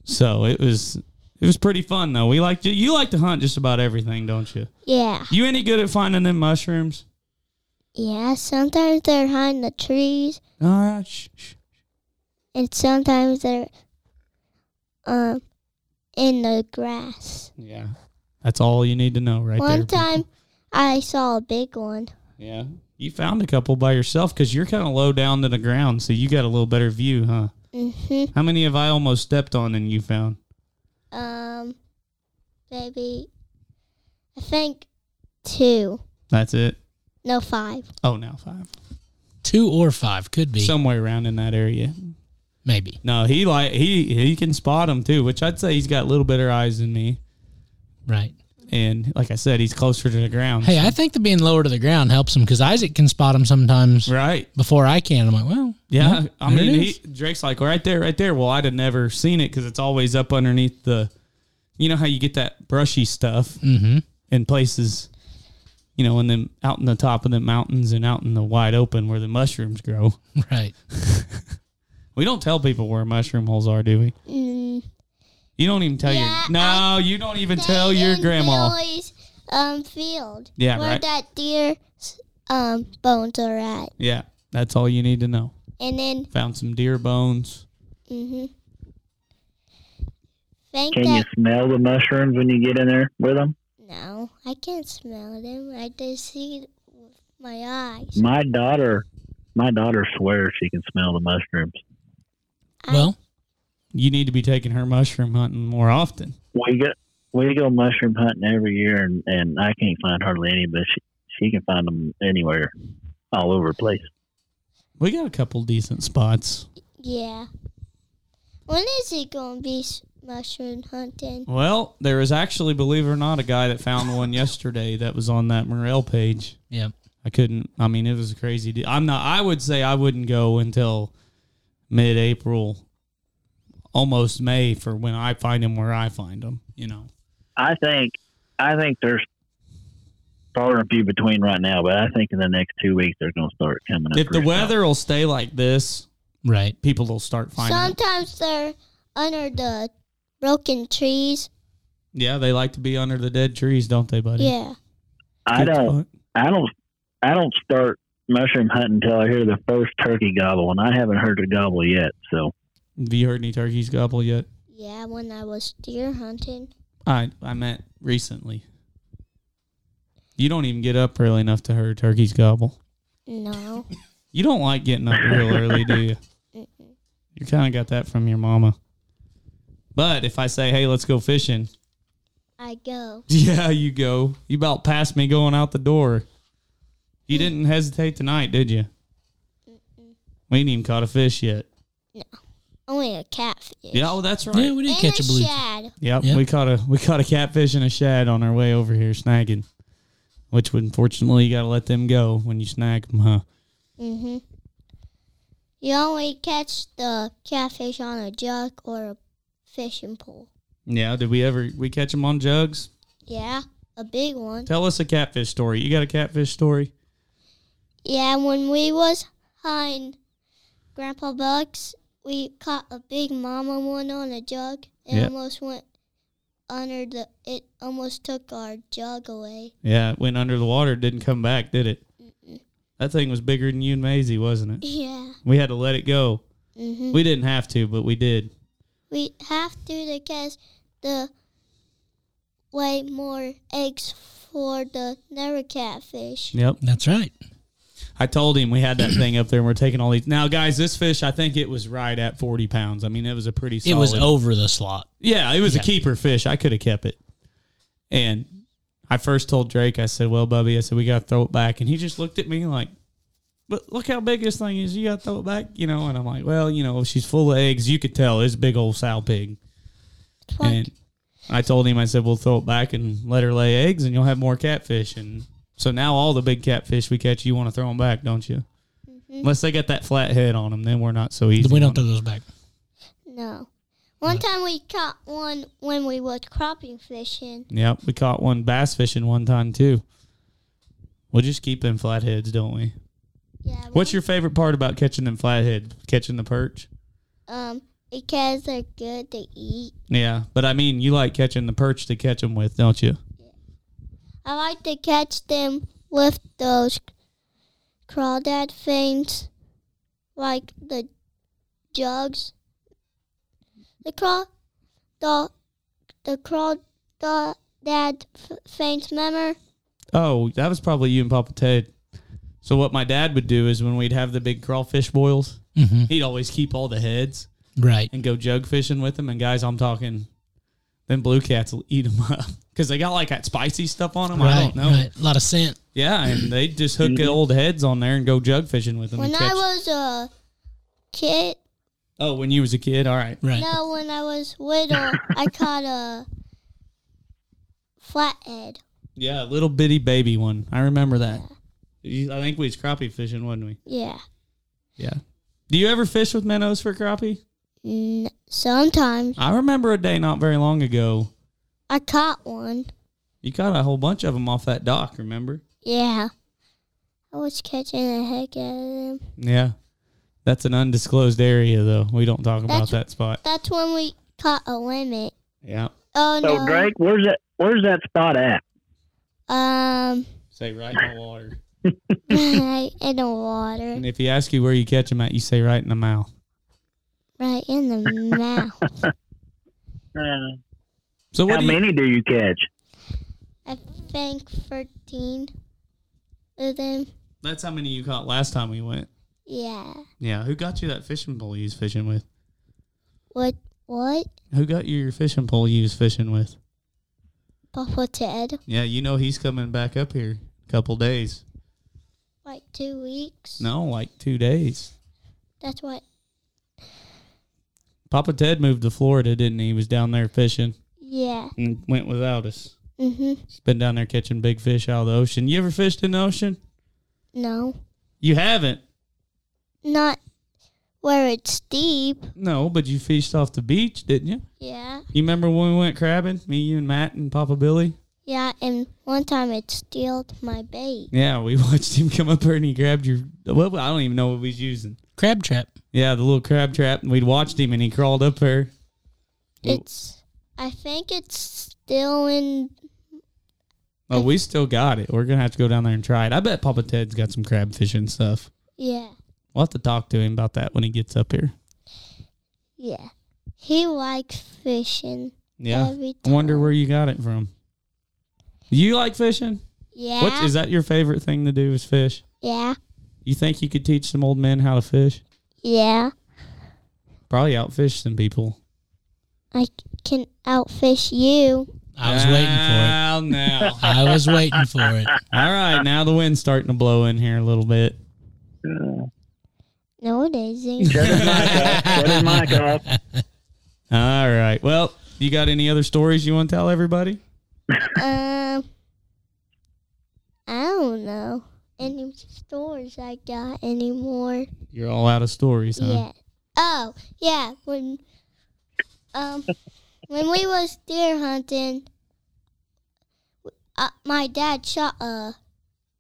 Speaker 3: So it was it was pretty fun though. We like you like to hunt just about everything, don't you?
Speaker 6: Yeah.
Speaker 3: You any good at finding them mushrooms?
Speaker 6: Yeah, sometimes they're hiding the trees
Speaker 3: All
Speaker 4: Uh,
Speaker 3: right, shh, shh.
Speaker 6: and sometimes they're um in the grass.
Speaker 3: yeah, that's all you need to know, right there.
Speaker 6: One
Speaker 3: people.
Speaker 6: time I saw a big one.
Speaker 3: yeah, you found a couple by yourself because you're kind of low down to the ground, so you got a little better view, huh?
Speaker 6: Mhm.
Speaker 3: How many have I almost stepped on and you found?
Speaker 6: Um maybe I think 2.
Speaker 3: That's it.
Speaker 6: No, 5.
Speaker 3: Oh, now five,
Speaker 4: Two or five could be
Speaker 3: somewhere around in that area.
Speaker 4: maybe.
Speaker 3: No, he like he he can spot them too, which I'd say he's got a little better eyes than me.
Speaker 4: Right.
Speaker 3: And like I said, he's closer to the ground.
Speaker 4: Hey, I think the being lower to the ground helps him because Isaac can spot him sometimes
Speaker 3: right?
Speaker 4: before I can. I'm like, well,
Speaker 3: Yeah, I
Speaker 4: there it
Speaker 3: mean, he,
Speaker 4: is.
Speaker 3: Drake's like right there, right there. Well, I'd have never seen it because it's always up underneath the. You know how you get that brushy stuff
Speaker 4: mm-hmm.
Speaker 3: in places, you know, in them out in the top of the mountains and out in the wide open where the mushrooms grow.
Speaker 4: right.
Speaker 3: We don't tell people where mushroom holes are, do we?
Speaker 6: Mm,
Speaker 3: You don't even tell
Speaker 6: Yeah,
Speaker 3: your no,
Speaker 6: I-
Speaker 3: you don't even tell your
Speaker 6: in
Speaker 3: grandma.
Speaker 6: Billy's um field.
Speaker 3: Yeah,
Speaker 6: where
Speaker 3: right.
Speaker 6: that deer's um bones are at.
Speaker 3: Yeah, that's all you need to know.
Speaker 6: And then
Speaker 3: Found some deer bones.
Speaker 6: mhm. Think
Speaker 5: Can
Speaker 6: that
Speaker 5: you smell the mushrooms when you get in there with them?
Speaker 6: No, I can't smell them. I just see it with my eyes.
Speaker 5: My daughter, my daughter swears she can smell the mushrooms.
Speaker 6: I-
Speaker 4: well,
Speaker 3: you need to be taking her mushroom hunting more often.
Speaker 5: We go, we go mushroom hunting every year, and and I can't find hardly any, but she she can find them anywhere, all over the place.
Speaker 3: We got a couple decent spots.
Speaker 6: yeah. When is it going to be s- mushroom hunting?
Speaker 3: Well, there is actually, believe it or not, a guy that found one [LAUGHS] yesterday that was on that Morel page.
Speaker 4: yeah.
Speaker 3: I couldn't. I mean, it was a crazy. deal. I'm not. I would say I wouldn't go until mid-April, almost May, for when I find him where I find him. You know.
Speaker 5: I think I think there's far and few between right now, but I think in the next two weeks they're going to start coming up.
Speaker 3: If the
Speaker 5: for sure.
Speaker 3: weather will stay like this,
Speaker 4: Right.
Speaker 3: people will start finding. 'em.
Speaker 6: Sometimes they're under the broken trees.
Speaker 3: Yeah, they like to be under the dead trees, don't they, buddy?
Speaker 6: Yeah.
Speaker 5: I
Speaker 3: Good
Speaker 5: don't.
Speaker 3: spot.
Speaker 5: I don't I don't start mushroom hunting until I hear the first turkey gobble, and I haven't heard it gobble yet. So
Speaker 3: Have you heard any turkeys gobble yet?
Speaker 6: Yeah, when I was deer hunting.
Speaker 3: I I meant recently. You don't even get up early enough to hear turkeys gobble.
Speaker 6: No.
Speaker 3: You don't like getting up real early, do you?
Speaker 6: Mm-mm.
Speaker 3: You kind of got that from your mama. But if I say, "Hey, let's go fishing," [LAUGHS]
Speaker 6: I go.
Speaker 3: yeah, you go. You about passed me going out the door. You didn't hesitate tonight, did you? We ain't even caught a fish yet.
Speaker 6: Only a catfish.
Speaker 3: Yeah, oh, that's right.
Speaker 4: Yeah, we didn't
Speaker 6: And
Speaker 4: catch a blue.
Speaker 6: shad.
Speaker 3: Yep,
Speaker 4: Yeah.
Speaker 3: we caught a we caught a catfish and a shad on our way over here snagging. which unfortunately you got to let them go when you snag them, huh?
Speaker 6: Mhm. You only catch the catfish on a jug or a fishing pole.
Speaker 3: Yeah. Did we ever we catch them on jugs?
Speaker 6: Yeah, a big one.
Speaker 3: Tell us a catfish story. You got a catfish story?
Speaker 6: Yeah, when we was hunting Grandpa Bucks, we caught a big mama one on a jug. It
Speaker 3: Yeah.
Speaker 6: almost went under the. It almost took our jug away. [LAUGHS]
Speaker 3: Yeah, it went under the water. Didn't come back, did it? That thing was bigger than you and Maisie, wasn't it?
Speaker 6: Yeah.
Speaker 3: We had to let it go.
Speaker 6: hmm
Speaker 3: We didn't have to, but we did.
Speaker 6: We have to to catch the way more eggs for the never catfish.
Speaker 3: Yep.
Speaker 4: That's right.
Speaker 3: I told him we had that thing up there and we're taking all these. Now, guys, this fish, I think it was right at 40 pounds. I mean, it was a pretty solid.
Speaker 4: It was over the slot.
Speaker 3: Yeah, it was a
Speaker 4: Yeah.
Speaker 3: keeper fish. I could have kept it. And I first told Drake, I said, Well, Bubby, I said, we got to throw it back. And he just looked at me like, But look how big this thing is. You got to throw it back, you know? And I'm like, Well, you know, she's full of eggs. You could tell it's a big old sow pig.
Speaker 6: Twen-
Speaker 3: And I told him, I said, We'll throw it back and let her lay eggs and you'll have more catfish. And so now all the big catfish we catch, you want to throw them back, don't you? Unless they got that flat head on them, then we're not so easy.
Speaker 4: we
Speaker 3: on
Speaker 4: don't
Speaker 3: 'em.
Speaker 4: throw those back.
Speaker 6: No. One time we caught one when we was cropping fishing.
Speaker 3: Yep, we caught one bass fishing one time too. We'll just keep them flatheads, don't we?
Speaker 6: Yeah.
Speaker 3: What's your favorite part about catching them flathead? Catching the perch?
Speaker 6: Um, because they're good to eat.
Speaker 3: Yeah, but I mean, you like catching the perch to catch them with, don't you?
Speaker 6: I like to catch them with those crawdad things, like the jugs. The craw, the the crawdad f- things. Remember?
Speaker 3: Oh, that was probably you and Papa Ted. So what my dad would do is when we'd have the big crawfish boils,
Speaker 4: hmm
Speaker 3: he'd always keep all the heads
Speaker 4: Right.
Speaker 3: and go jug fishing with them. And guys, I'm talking, then blue cats will eat them up [LAUGHS] because they got like that spicy stuff on them. I
Speaker 4: right.
Speaker 3: don't know.
Speaker 4: Right. Mm-hmm. A lot of scent.
Speaker 3: Yeah, and they just hook the old heads on there and go jug fishing with them.
Speaker 6: When
Speaker 3: and catch-
Speaker 6: I was a kid,
Speaker 3: Oh, when you was a kid, all right.
Speaker 4: Right.
Speaker 6: no, when I was little, I caught a flathead.
Speaker 3: Yeah, a little bitty baby one. I remember that. You- I think we was crappie fishing, wasn't we?
Speaker 6: Yeah.
Speaker 3: Yeah. Do you ever fish with minnows for crappie?
Speaker 6: N- sometimes
Speaker 3: I remember a day not very long ago.
Speaker 6: I caught one.
Speaker 3: You caught a whole bunch of them off that dock. Remember?
Speaker 6: Yeah. I was catching the heck out of them.
Speaker 3: Yeah. That's an undisclosed area, though. We don't talk about
Speaker 6: That's-
Speaker 3: that spot.
Speaker 6: That's when we caught a limit.
Speaker 3: Yeah.
Speaker 6: Oh
Speaker 5: So
Speaker 6: no.
Speaker 5: Drake, where's that? Where's that spot at?
Speaker 6: Um [LAUGHS]
Speaker 3: Say right in the water.
Speaker 6: in the
Speaker 3: [LAUGHS]
Speaker 6: water.
Speaker 3: And if he asks you where you catch them at, you say right in the mouth.
Speaker 6: Right in the mouth.
Speaker 5: Uh,
Speaker 3: So what
Speaker 5: how
Speaker 3: do you?
Speaker 5: many do
Speaker 3: [LAUGHS]
Speaker 5: you catch?
Speaker 6: I think thirteen of them.
Speaker 3: That's how many you caught last time we went.
Speaker 6: Yeah.
Speaker 3: Yeah. Who got you that fishing pole you was fishing with?
Speaker 6: What what?
Speaker 3: Who got you your fishing pole you was fishing with?
Speaker 6: Papa Ted?
Speaker 3: Yeah, you know he's coming back up here a couple days.
Speaker 6: Like two weeks?
Speaker 3: No, like two days.
Speaker 6: That's what
Speaker 3: Papa Ted moved to Florida, didn't he? He was down there fishing
Speaker 6: yeah.
Speaker 3: and went without us.
Speaker 6: Mhm.
Speaker 3: He's been down there catching big fish out of the ocean. You ever fished in the ocean?
Speaker 6: No.
Speaker 3: You haven't.
Speaker 6: Not where it's deep.
Speaker 3: No, but you fished off the beach, didn't you?
Speaker 6: Yeah.
Speaker 3: You remember when we went crabbing? Me, you, and Matt and Papa Billy?
Speaker 6: Yeah, and one time it stealed my bait.
Speaker 3: Yeah, we [LAUGHS] watched him come up here and he grabbed your. Well, I don't even know what he was using.
Speaker 4: Crab trap.
Speaker 3: Yeah, the little crab trap. And we'd watched him and he crawled up there. Well-
Speaker 6: It's. I think it's still in.
Speaker 3: Oh, we still got it. We're gonna have to go down there and try it. I bet Papa Ted's got some crab fishing stuff.
Speaker 6: Yeah,
Speaker 3: We'll have to talk to him about that when he gets up here.
Speaker 6: yeah. He likes fishing.
Speaker 3: Yeah.
Speaker 6: Every
Speaker 3: I
Speaker 6: time.
Speaker 3: wonder where you got it from. You like fishing?
Speaker 6: Yeah.
Speaker 3: What is that your favorite thing to do is fish?
Speaker 6: Yeah.
Speaker 3: You think you could teach some old men how to fish?
Speaker 6: Yeah.
Speaker 3: Probably outfish some people.
Speaker 6: I c- can outfish you.
Speaker 4: I was waiting for it.
Speaker 3: Well, now.
Speaker 4: I was waiting for it.
Speaker 3: [LAUGHS] All right, now the wind's starting to blow in here a little bit.
Speaker 6: No, it isn't.
Speaker 5: Shut his mic off. Shut his mic off.
Speaker 3: All right. Well, you got any other stories you want to tell everybody?
Speaker 6: um. don't know any stories I got anymore.
Speaker 3: You're all out of stories, huh?
Speaker 6: Yeah. Oh, yeah. When
Speaker 3: [LAUGHS]
Speaker 6: um when we was deer hunting, uh, my dad shot a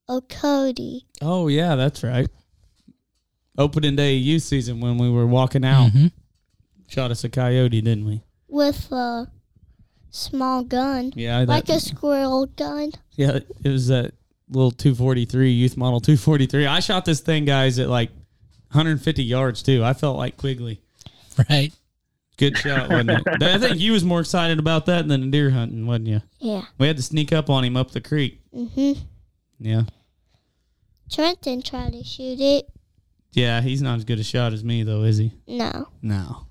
Speaker 6: a Cody.
Speaker 3: Oh yeah, that's right. Opening day of youth season when we were walking out,
Speaker 4: Mhm.
Speaker 3: shot us a coyote, didn't we?
Speaker 6: with a small gun,
Speaker 3: Yeah, that,
Speaker 6: like a squirrel gun.
Speaker 3: yeah, it was that little 243 youth model 243. I shot this thing, guys, at like 150 yards too. I felt like Quigley.
Speaker 4: Right.
Speaker 3: Good shot, wasn't [LAUGHS] it? I think you was more excited about that than the deer hunting, wasn't you?
Speaker 6: Yeah.
Speaker 3: We had to sneak up on him up the creek.
Speaker 6: hmm
Speaker 3: Yeah,
Speaker 6: Trenton tried to shoot it.
Speaker 3: yeah, he's not as good a shot as me though, is he?
Speaker 6: No.
Speaker 3: No.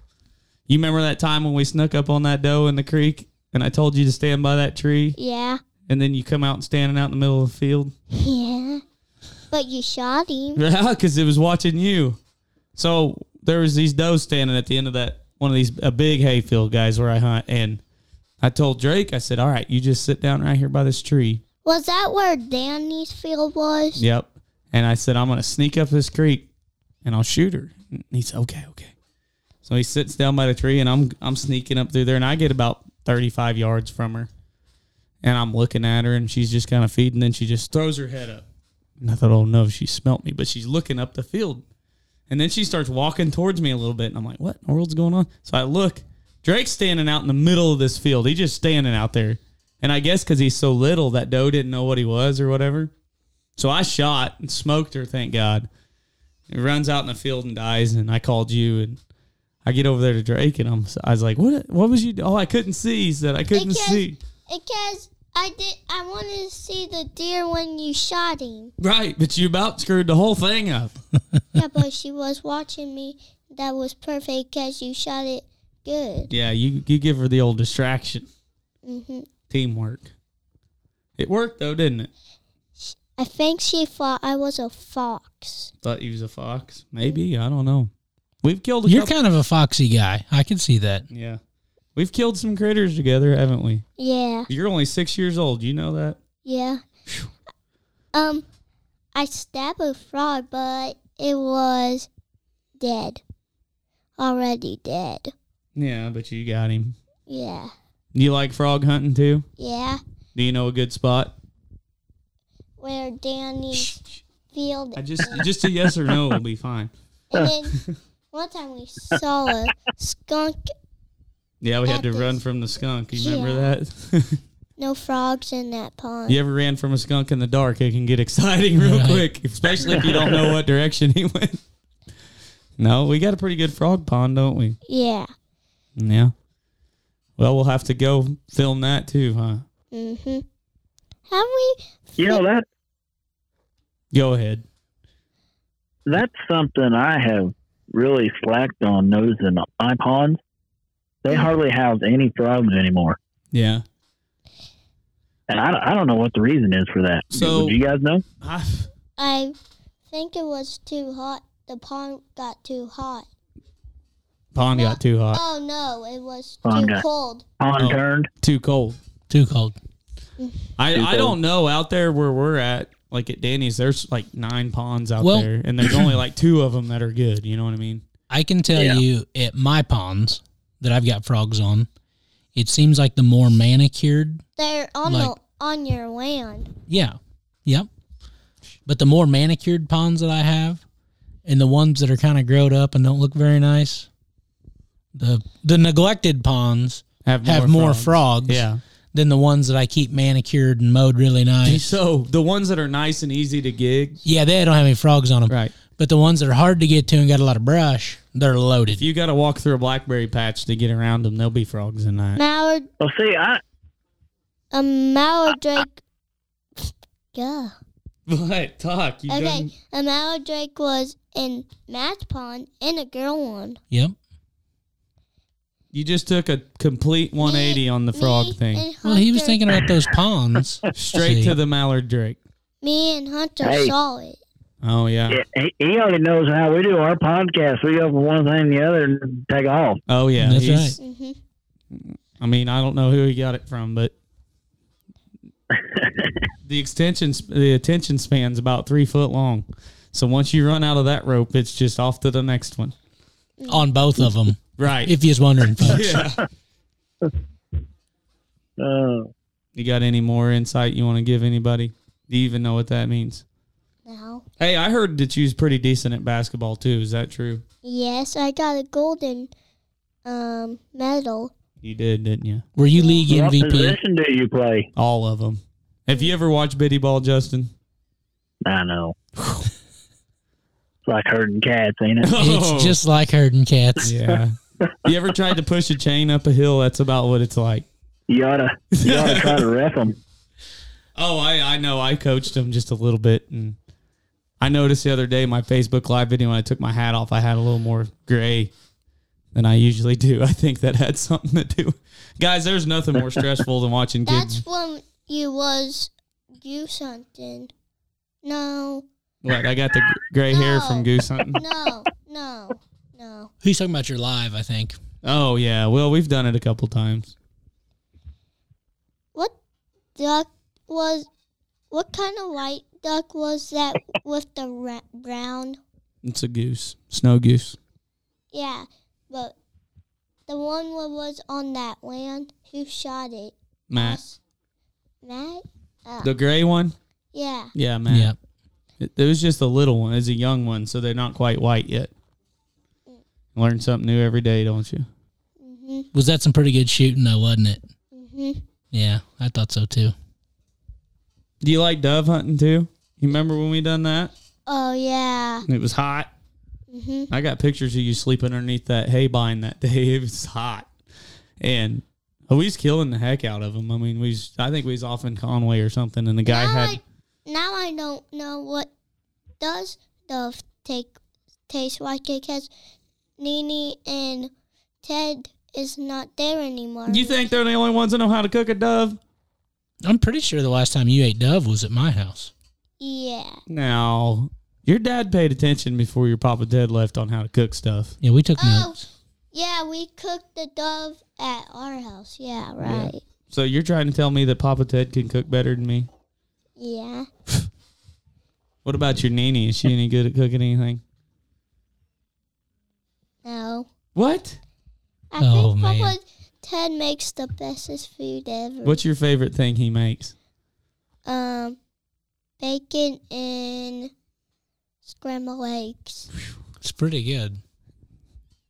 Speaker 3: You remember that time when we snuck up on that doe in the creek and I told you to stand by that tree
Speaker 6: Yeah. [LAUGHS]
Speaker 3: and then you come out and standing out in the middle of the field?
Speaker 6: Yeah. But you shot him.
Speaker 3: [LAUGHS] Yeah, because it was watching you. So there was these does standing at the end of that one of these a big hayfield guys where I hunt and I told Drake, I said, All right, you just sit down right here by this tree.
Speaker 6: Was that where Danny's field was?
Speaker 3: Yep. And I said, I'm gonna sneak up this creek and I'll shoot her. And he said, Okay, okay. So he sits down by the tree and I'm I'm sneaking up through there and I get about thirty five yards from her. And I'm looking at her and she's just kind of feeding, then she just throws her head up. And I thought, oh no, she smelt me, but she's looking up the field. And then she starts walking towards me a little bit, and I'm like, what in the world's going on? So I look, Drake's standing out in the middle of this field. He's just standing out there. And I guess because he's so little, that doe didn't know what he was or whatever. So I shot and smoked her, thank God. It runs out in the field and dies, and I called you and I get over there to Drake and I'm I was like, What what was you oh I couldn't see. He said I couldn't
Speaker 6: Because-
Speaker 3: see.
Speaker 6: Because I did. I wanted to see the deer when you shot him.
Speaker 3: Right, but you about screwed the whole thing up.
Speaker 6: yeah, but she was watching me. That was perfect because you shot it good.
Speaker 3: Yeah, you you give her the old distraction.
Speaker 6: hmm
Speaker 3: Teamwork. It worked though, didn't it?
Speaker 6: I think she thought I was a fox.
Speaker 3: Thought he was a fox. Maybe I don't know. We've killed a
Speaker 4: You're
Speaker 3: couple.
Speaker 4: kind of a foxy guy. I can see that.
Speaker 3: yeah, we've killed some critters together, haven't we?
Speaker 6: Yeah.
Speaker 3: You're only six years old. You know that.
Speaker 6: Yeah. Um, I stabbed a frog, but it was dead. Already dead.
Speaker 3: Yeah, but you got him.
Speaker 6: Yeah.
Speaker 3: You like frog hunting too?
Speaker 6: Yeah.
Speaker 3: Do you know a good spot?
Speaker 6: Where Danny's field.
Speaker 3: I just just a yes or no will be fine.
Speaker 6: And
Speaker 3: [LAUGHS]
Speaker 6: then one time we saw a skunk,
Speaker 3: Yeah, we had to
Speaker 6: Cactus.
Speaker 3: run from the skunk. You remember
Speaker 6: Yeah.
Speaker 3: that? [LAUGHS]
Speaker 6: no frogs in that pond.
Speaker 3: you ever ran from a skunk in the dark? It can get exciting [LAUGHS] real
Speaker 4: Right.
Speaker 3: quick, especially if you don't know what direction he went. No, we got a pretty good frog pond, don't we?
Speaker 6: Yeah.
Speaker 3: Yeah. Well, we'll have to go film that too, huh?
Speaker 6: Mm-hmm. Have we?
Speaker 5: You know that
Speaker 3: Go ahead.
Speaker 5: that's something I have really slacked on nosing my ponds. They
Speaker 3: Mm.
Speaker 5: hardly house any frogs anymore,
Speaker 3: Yeah.
Speaker 5: and I, don't- I don't know what the reason is for that.
Speaker 3: So-
Speaker 5: Would you guys know?
Speaker 3: I,
Speaker 6: I think it was too hot. The pond got too hot.
Speaker 3: pond got too hot,
Speaker 6: Oh no, it was
Speaker 5: Pond
Speaker 6: too
Speaker 5: got-
Speaker 6: cold.
Speaker 5: Pond
Speaker 3: Oh.
Speaker 5: turned.
Speaker 3: too cold.
Speaker 4: Too cold.
Speaker 3: I,
Speaker 5: Too
Speaker 3: I
Speaker 5: cold.
Speaker 3: don't know out there where we're at. Like at Danny's, there's like nine ponds out
Speaker 4: Well-
Speaker 3: there, and there's
Speaker 4: [CLEARS THROAT]
Speaker 3: only like two of them that are good. You know what I mean?
Speaker 4: I can tell
Speaker 5: Yeah.
Speaker 4: you at my ponds that I've got frogs on, it seems like the more manicured,
Speaker 6: They're on
Speaker 4: Like-
Speaker 6: the on your land.
Speaker 4: yeah, yep. But the more manicured ponds that I have, and the ones that are kind of growed up and don't look very nice, the the neglected ponds have more frogs,
Speaker 3: Yeah.
Speaker 4: than the ones that I keep manicured and mowed really nice.
Speaker 3: So the ones that are nice and easy to gig,
Speaker 4: yeah, they don't have any frogs on them.
Speaker 3: right?
Speaker 4: But the ones that are hard to get to and got a lot of brush, they're loaded.
Speaker 3: If you got to walk through a blackberry patch to get around them, there'll be frogs in that.
Speaker 6: Mallard,
Speaker 5: Well, see, I
Speaker 6: a mallard drake. Yeah.
Speaker 3: [LAUGHS] What talk? You
Speaker 6: Okay,
Speaker 3: done-
Speaker 6: a mallard drake was in Matt's pond and a girl one.
Speaker 4: yep.
Speaker 3: you just took a complete 180 on the frog
Speaker 6: Me
Speaker 3: thing,
Speaker 6: and
Speaker 4: Well, he was
Speaker 6: Hunter-
Speaker 4: thinking about those ponds.
Speaker 3: [LAUGHS] straight to the mallard drake.
Speaker 6: Me and Hunter
Speaker 5: Hey.
Speaker 6: saw it.
Speaker 3: Oh yeah.
Speaker 5: he, he already knows how we do our podcast. We go from one thing to the other and take off.
Speaker 3: Oh yeah.
Speaker 4: That's
Speaker 3: He's-
Speaker 4: right.
Speaker 6: hmm
Speaker 3: I mean, I don't know who he got it from, but the extension sp- the attention span's about three foot long. So once you run out of that rope, it's just off to the next one.
Speaker 4: on both of them.
Speaker 3: Right.
Speaker 4: If you're wondering, folks.
Speaker 3: [LAUGHS] yeah.
Speaker 5: Oh,
Speaker 3: You got any more insight you want to give anybody? Do you even know what that means?
Speaker 6: now.
Speaker 3: Hey, I heard that you was pretty decent at basketball too. Is that true?
Speaker 6: Yes, I got a golden um medal.
Speaker 3: You did, didn't you?
Speaker 4: Were you league
Speaker 5: what
Speaker 4: MVP?
Speaker 5: position do you play?
Speaker 3: All of them. Have you ever watched Biddy Ball, Justin? [SIGHS]
Speaker 5: I know. it's like herding cats, ain't it?
Speaker 4: It's just like herding cats.
Speaker 3: Oh. yeah. you ever tried to push a chain up a hill? That's about what it's like.
Speaker 5: You oughta, you oughta try to
Speaker 3: [LAUGHS]
Speaker 5: ref them.
Speaker 3: Oh, I, I know. I coached him just a little bit, and I noticed the other day my Facebook live video when I took my hat off, I had a little more gray than I usually do. I think that had something to do. Guys, there's nothing more stressful than watching kids.
Speaker 6: That's when you was you something. No,
Speaker 3: What I got the gr- gray hair from
Speaker 6: No.
Speaker 3: goose hunting.
Speaker 6: no, no, no.
Speaker 4: He's talking about your live, I think.
Speaker 3: Oh yeah, well we've done it a couple times.
Speaker 6: What duck was? What kind of white duck was that with the ra- brown?
Speaker 3: It's a goose, snow goose.
Speaker 6: Yeah, but the one what was on that land who shot it?
Speaker 3: Matt,
Speaker 6: Matt. Uh,
Speaker 3: the gray one.
Speaker 6: yeah,
Speaker 3: Yeah, Matt.
Speaker 4: Yeah.
Speaker 3: It, it was just a little one. It's a young one, so they're not quite white yet. Learn something new every day, don't you?
Speaker 6: mm-hmm,
Speaker 4: Was that some pretty good shooting though, wasn't it?
Speaker 6: hmm
Speaker 4: Yeah, I thought so too.
Speaker 3: Do you like dove hunting too? You remember when we done that?
Speaker 6: Oh yeah.
Speaker 3: It was hot.
Speaker 6: hmm
Speaker 3: I got pictures of you sleeping underneath that hay bind that day. [LAUGHS] It was hot, and oh, we was killing the heck out of them. I mean, we was, I think we was off in Conway or something, and the guy
Speaker 6: now
Speaker 3: had.
Speaker 6: I, now I don't know what does dove take taste like because Nene and Ted is not there anymore.
Speaker 3: You think they're the only ones that know how to cook a dove?
Speaker 4: I'm pretty sure the last time you ate dove was at my house.
Speaker 6: Yeah.
Speaker 3: No. Your dad paid attention before your Papa Ted left on how to cook stuff.
Speaker 4: Yeah, we took
Speaker 6: Oh.
Speaker 4: notes.
Speaker 6: Yeah, we cooked the dove at our house. Yeah, right.
Speaker 3: So you're trying to tell me that Papa Ted can cook better than me?
Speaker 6: Yeah.
Speaker 3: What about your Nini? Is she any good at cooking anything?
Speaker 6: No.
Speaker 3: What?
Speaker 6: I
Speaker 4: Oh,
Speaker 6: think
Speaker 4: man.
Speaker 6: Papa Ted makes the bestest food ever.
Speaker 3: What's your favorite thing he makes?
Speaker 6: um bacon and scrambled eggs.
Speaker 4: It's pretty good.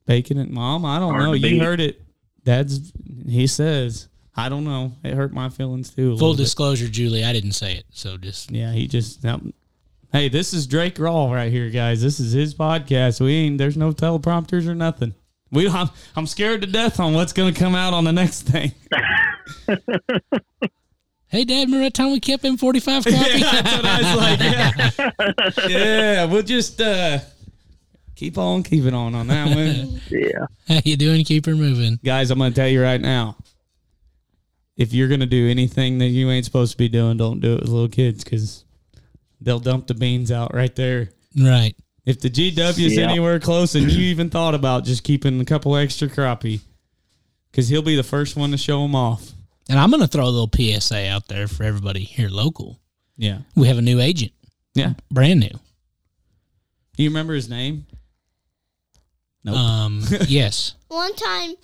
Speaker 3: Bacon and mom? I don't
Speaker 5: Hard
Speaker 3: know.
Speaker 5: to
Speaker 3: You
Speaker 5: beat.
Speaker 3: heard it. Dad's he says. I don't know. It hurt my feelings too. a little
Speaker 4: Full
Speaker 3: bit.
Speaker 4: disclosure, Julie, I didn't say it, so just
Speaker 3: Yeah, he just now, Hey, this is Drake Rawl right here, guys. This is his podcast. We ain't there's no teleprompters or nothing. We I'm, I'm scared to death on what's gonna come out on the next thing.
Speaker 4: Hey Dad, remember that time we kept him forty
Speaker 3: [LAUGHS]
Speaker 4: five coffee?
Speaker 3: That's what I was like. Yeah, [LAUGHS] yeah we'll just uh, keep on keeping on on that [LAUGHS] one,
Speaker 5: Yeah.
Speaker 4: How you doing? Keep her moving.
Speaker 3: guys. I'm gonna tell you right now. If you're gonna do anything that you ain't supposed to be doing, don't do it with little kids because they'll dump the beans out right there.
Speaker 4: Right.
Speaker 3: If the GW is
Speaker 5: Yeah.
Speaker 3: anywhere close and you even thought about just keeping a couple extra crappie, because he'll be the first one to show them off.
Speaker 4: And I'm gonna throw a little PSA out there for everybody here local.
Speaker 3: Yeah.
Speaker 4: We have a new agent,
Speaker 3: Yeah.
Speaker 4: brand new.
Speaker 3: Do you remember his name? Nope. [LAUGHS]
Speaker 4: Um, yes.
Speaker 6: One time,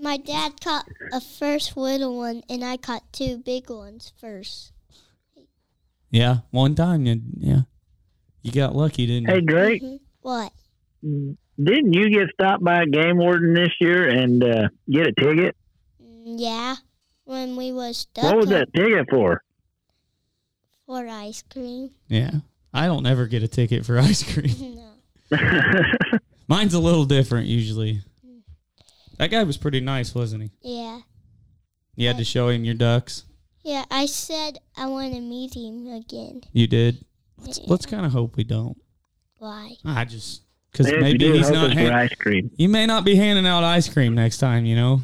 Speaker 6: my dad caught a first little one, and I caught two big ones first.
Speaker 3: Yeah. One time. You, yeah. You got lucky, didn't you?
Speaker 5: Hey, Drake,
Speaker 6: Mhm. What?
Speaker 5: didn't you get stopped by a game warden this year and uh, get a ticket?
Speaker 6: Mm, Yeah, when we was stuck
Speaker 5: What was that ticket for? [LAUGHS]
Speaker 6: for ice cream. [LAUGHS]
Speaker 3: Yeah. I don't ever get a ticket for [LAUGHS] ice cream.
Speaker 6: no.
Speaker 3: Mine's a little different usually. That guy was pretty nice, wasn't he?
Speaker 6: Yeah,
Speaker 3: You had to show him your ducks.
Speaker 6: yeah. I said I want to meet him again.
Speaker 3: You did. Let's,
Speaker 6: Yeah.
Speaker 3: let's kind of hope we don't.
Speaker 6: Why?
Speaker 3: I just because
Speaker 5: If you
Speaker 3: maybe
Speaker 5: do,
Speaker 3: he's
Speaker 5: hope
Speaker 3: not.
Speaker 5: it's for
Speaker 3: hand-
Speaker 5: ice cream.
Speaker 3: You may not be handing out ice cream next time, you know.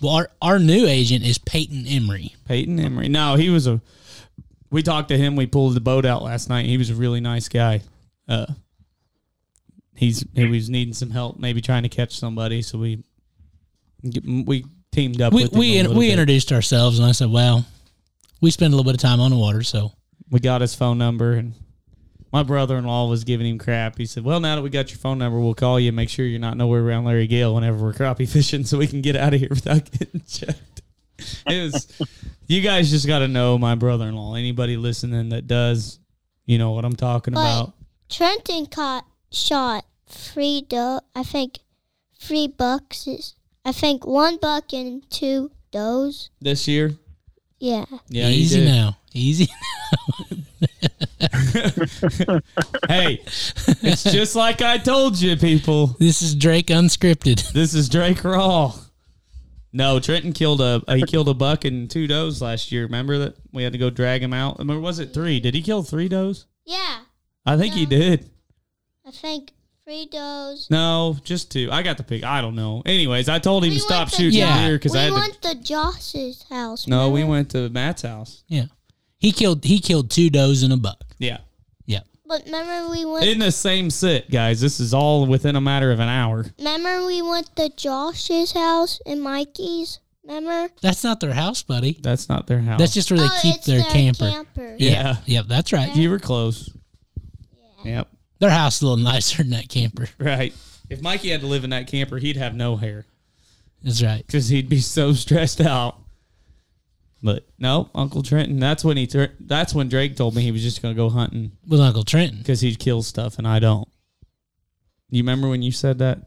Speaker 4: Well, our, our new agent is Peyton Emery.
Speaker 3: Peyton Emery. No, he was a. We talked to him. We pulled the boat out last night. He was a really nice guy. Uh, he's he was needing some help, maybe trying to catch somebody. So we we teamed up.
Speaker 4: We
Speaker 3: with him a
Speaker 4: we
Speaker 3: little
Speaker 4: we
Speaker 3: bit.
Speaker 4: introduced ourselves, and I said, "Well, we spend a little bit of time on the water, so
Speaker 3: we got his phone number and my brother-in-law was giving him crap. He said, "Well, now that we got your phone number, we'll call you. and Make sure you're not nowhere around Larry Gale whenever we're crappie fishing, so we can get out of here without [LAUGHS] getting checked." It was. you guys just got to know my brother-in-law. Anybody listening that does, you know what I'm talking
Speaker 6: But-
Speaker 3: about.
Speaker 6: Trenton caught shot three doe. I think three boxes. I think one buck and two does.
Speaker 3: This year,
Speaker 6: Yeah.
Speaker 3: yeah, he
Speaker 4: easy
Speaker 3: did.
Speaker 4: now, easy. [LAUGHS]
Speaker 3: Hey, it's just like I told you, people.
Speaker 4: this is Drake unscripted. [LAUGHS]
Speaker 3: This is Drake Raw. No, Trenton killed a uh, he killed a buck and two does last year. Remember that we had to go drag him out. I mean, was it three? Did he kill three does?
Speaker 6: Yeah.
Speaker 3: I think he
Speaker 6: No.
Speaker 3: did.
Speaker 6: I think three does.
Speaker 3: No, just two. I got the pick. I don't know. Anyways, I told him
Speaker 6: We
Speaker 3: to stop
Speaker 6: went to
Speaker 3: shooting
Speaker 4: Yeah.
Speaker 3: deer because
Speaker 6: we
Speaker 3: I had to.
Speaker 6: went to Josh's house.
Speaker 3: No, we
Speaker 6: remember?
Speaker 3: went to Matt's house.
Speaker 4: Yeah, he killed he killed two does and a buck.
Speaker 3: Yeah,
Speaker 4: Yeah,
Speaker 6: But remember we went.
Speaker 3: in the same sit, guys. This is all within a matter of an hour.
Speaker 6: remember we went to Josh's house and Mikey's. Remember?
Speaker 4: that's not their house, buddy.
Speaker 3: That's not their house.
Speaker 4: That's just where they
Speaker 6: oh,
Speaker 4: keep
Speaker 6: it's
Speaker 4: their, camper.
Speaker 6: camper.
Speaker 4: Yeah. yeah,
Speaker 3: Yeah.
Speaker 4: that's right.
Speaker 3: you were close. Yep.
Speaker 4: Their house is a little [LAUGHS] nicer than that camper.
Speaker 3: Right. If Mikey had to live in that camper, he'd have no hair.
Speaker 4: That's right.
Speaker 3: because he'd be so stressed out. But no, Uncle Trenton. That's when he. Tur- that's when Drake told me he was just gonna go hunting
Speaker 4: With Uncle Trenton.
Speaker 3: because he kills stuff and I don't. You remember when you said that?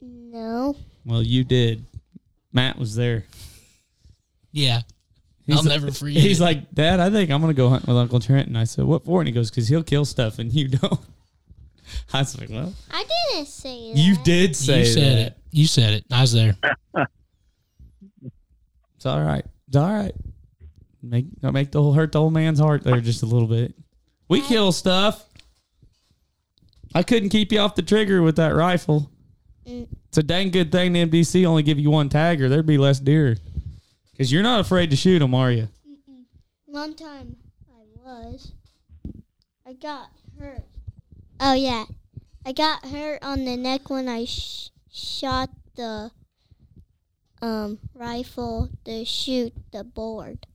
Speaker 6: No.
Speaker 3: Well, you did. Matt was there.
Speaker 4: Yeah,
Speaker 3: He's
Speaker 4: I'll
Speaker 3: like-
Speaker 4: never forget.
Speaker 3: He's
Speaker 4: He's like,
Speaker 3: like, Dad, I think I'm gonna go hunting with Uncle Trenton. I said, What for? And he goes, Because he'll kill stuff and you [LAUGHS] don't. I was like, Well,
Speaker 6: I didn't say that.
Speaker 3: you did say
Speaker 4: you said
Speaker 3: that.
Speaker 4: it. You said it. I was there. [LAUGHS]
Speaker 3: It's all right. It's all right. Make don't make the whole hurt the old man's heart there just a little bit. We kill stuff. I couldn't keep you off the trigger with that rifle. It's a dang good thing the MDC only give you one tagger. There'd be less deer. Cause you're not afraid to shoot them, are you?
Speaker 6: One time I was. I got hurt. Oh, yeah. I got hurt on the neck when I sh- shot the um, rifle to shoot the board.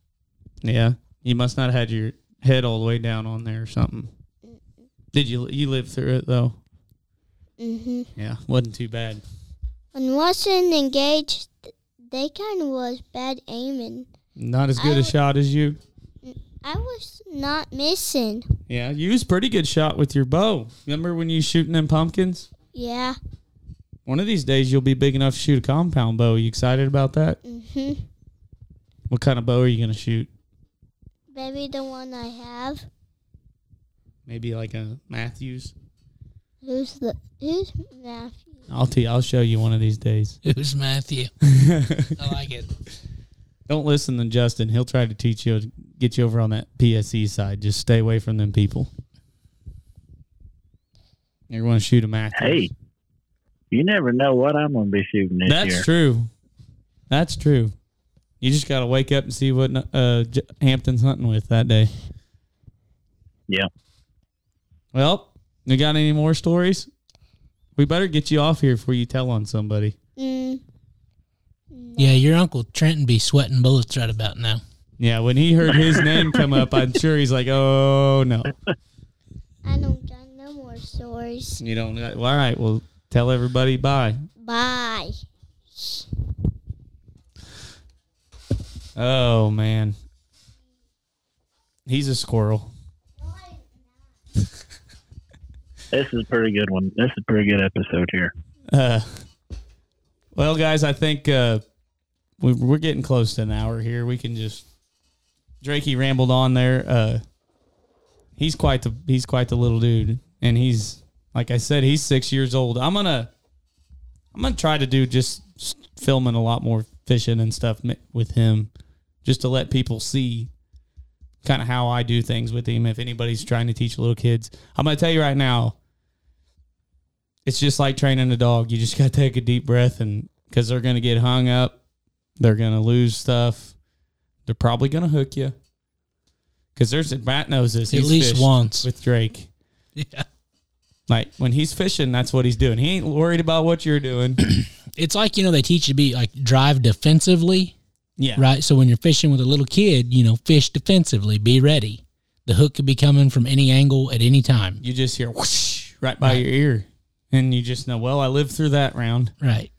Speaker 3: Yeah. You must not have had your head all the way down on there or something. Did you you lived through it though?
Speaker 6: Mm-hmm.
Speaker 3: Yeah, wasn't too bad.
Speaker 6: When wasn't engaged, they kind of was bad aiming.
Speaker 3: Not as good
Speaker 6: I
Speaker 3: a
Speaker 6: would-
Speaker 3: shot as you.
Speaker 6: I was not missing.
Speaker 3: Yeah, you was pretty good shot with your bow. Remember when you shooting them pumpkins?
Speaker 6: Yeah.
Speaker 3: One of these days you'll be big enough to shoot a compound bow. you excited about that?
Speaker 6: Mm-hmm.
Speaker 3: What kind of bow are you gonna shoot?
Speaker 6: Maybe the one I have.
Speaker 3: Maybe like a Matthews.
Speaker 6: Who's the who's Matthew?
Speaker 3: I'll tell you, I'll show you one of these days. [LAUGHS]
Speaker 4: It was Matthew. I like it.
Speaker 3: Don't listen to Justin. He'll try to teach you, get you over on that PSE side. Just stay away from them people. You're going to shoot a Matthews.
Speaker 5: Hey, you never know what I'm going to be shooting this
Speaker 3: that's
Speaker 5: year.
Speaker 3: true. That's true. You just got to wake up and see what uh, J- Hampton's hunting with that day.
Speaker 5: Yeah.
Speaker 3: Well, you got any more stories? We better get you off here before you tell on somebody.
Speaker 6: Mm.
Speaker 4: Yeah, your Uncle Trenton be sweating bullets right about now.
Speaker 3: Yeah, when he heard his name come up, I'm sure he's like, "Oh no,
Speaker 6: I don't got no more stories.
Speaker 3: you don't." Well, all right, well, tell everybody bye.
Speaker 6: Bye.
Speaker 3: Oh man, he's a squirrel.
Speaker 5: This is a pretty good one. This is a pretty good episode here.
Speaker 3: Uh, well, guys, I think uh, we, we're getting close to an hour here. We can just Drakey rambled on there. Uh, he's quite the he's quite the little dude, and he's like I said, he's six years old. I'm gonna I'm gonna try to do just s- filming a lot more fishing and stuff mi- with him, just to let people see kind of how I do things with him. If anybody's trying to teach little kids, I'm gonna tell you right now it's just like training a dog. You just got to take a deep breath and because they're going to get hung up, they're going to lose stuff. They're probably going to hook you. Because there's Matt knows this.
Speaker 4: At
Speaker 3: He's
Speaker 4: least
Speaker 3: fished
Speaker 4: once.
Speaker 3: with Drake.
Speaker 4: [LAUGHS] Yeah.
Speaker 3: Like when he's fishing, that's what he's doing. He ain't
Speaker 4: [COUGHS]
Speaker 3: worried about what you're doing.
Speaker 4: It's like, you know, they teach you to be like drive defensively.
Speaker 3: Yeah.
Speaker 4: right? So when you're fishing with a little kid, you know, fish defensively, be ready. The hook could be coming from any angle at any time,
Speaker 3: You just hear whoosh right by your ear. And you just know, well, I lived through that round.
Speaker 4: right?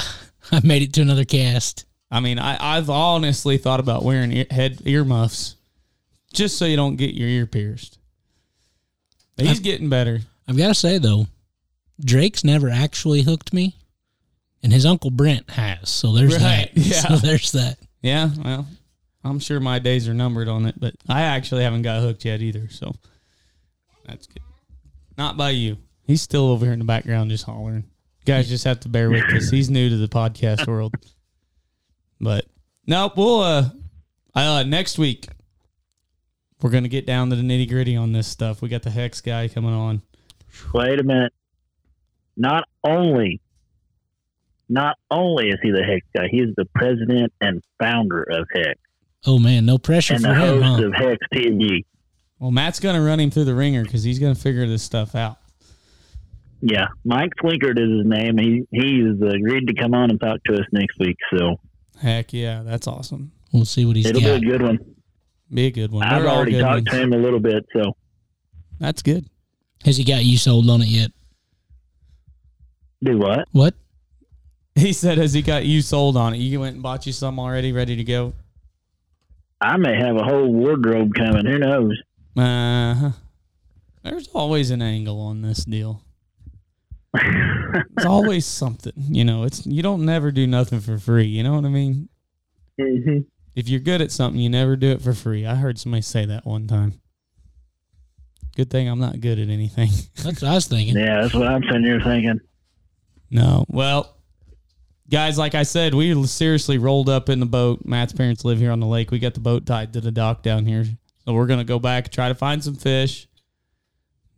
Speaker 4: [LAUGHS] I made it to another cast.
Speaker 3: I mean, I, I've honestly thought about wearing ear, head earmuffs just so you don't get your ear pierced. But he's getting better.
Speaker 4: I've got to say though, Drake's never actually hooked me, and his uncle Brent has. So there's
Speaker 3: Right,
Speaker 4: that. [LAUGHS]
Speaker 3: yeah.
Speaker 4: So there's that.
Speaker 3: Yeah, well, I'm sure my days are numbered on it, but I actually haven't got hooked yet either. So that's good. Not by you. He's still over here in the background just hollering. You guys just have to bear with us. He's new to the podcast world. But nope, we'll uh, uh next week we're gonna get down to the nitty gritty on this stuff. We got the hex guy coming on.
Speaker 5: Wait a minute. Not only, not only is he the Hex guy, he is the president and founder of Hex
Speaker 4: Oh man, no pressure
Speaker 5: and
Speaker 4: for
Speaker 5: the
Speaker 4: him,
Speaker 5: host
Speaker 4: huh?
Speaker 5: of Hex TV.
Speaker 3: Well, Matt's gonna run him through the ringer because he's gonna figure this stuff out.
Speaker 5: Yeah, Mike Flinkert is his name. He he's agreed to come on and talk to us next week, so
Speaker 3: Heck yeah, that's awesome.
Speaker 4: We'll see what he's
Speaker 5: it'll
Speaker 4: got.
Speaker 5: be a good one.
Speaker 3: Be a good one.
Speaker 5: I've
Speaker 3: They're all
Speaker 5: already
Speaker 3: good
Speaker 5: talked
Speaker 3: ones.
Speaker 5: to him a little bit, so
Speaker 3: That's good.
Speaker 4: Has he got you sold on it yet?
Speaker 5: do what?
Speaker 4: What?
Speaker 3: He said, "Has he got you sold on it? You went and bought you some already, ready to go."
Speaker 5: I may have a whole wardrobe coming. Who knows? [LAUGHS]
Speaker 3: Uh huh. There's always an angle on this deal. It's always something, you know. It's you don't never do nothing for free. You know what I mean?
Speaker 5: hmm
Speaker 3: If you're good at something, you never do it for free. I heard somebody say that one time. Good thing I'm not good at anything. [LAUGHS]
Speaker 4: That's what I was
Speaker 5: [LAUGHS]
Speaker 4: thinking.
Speaker 5: Yeah, that's what I'm sitting here thinking.
Speaker 3: No. Well, guys, like I said, we seriously rolled up in the boat. Matt's parents live here on the lake. We got the boat tied to the dock down here. So we're going to go back, try to find some fish.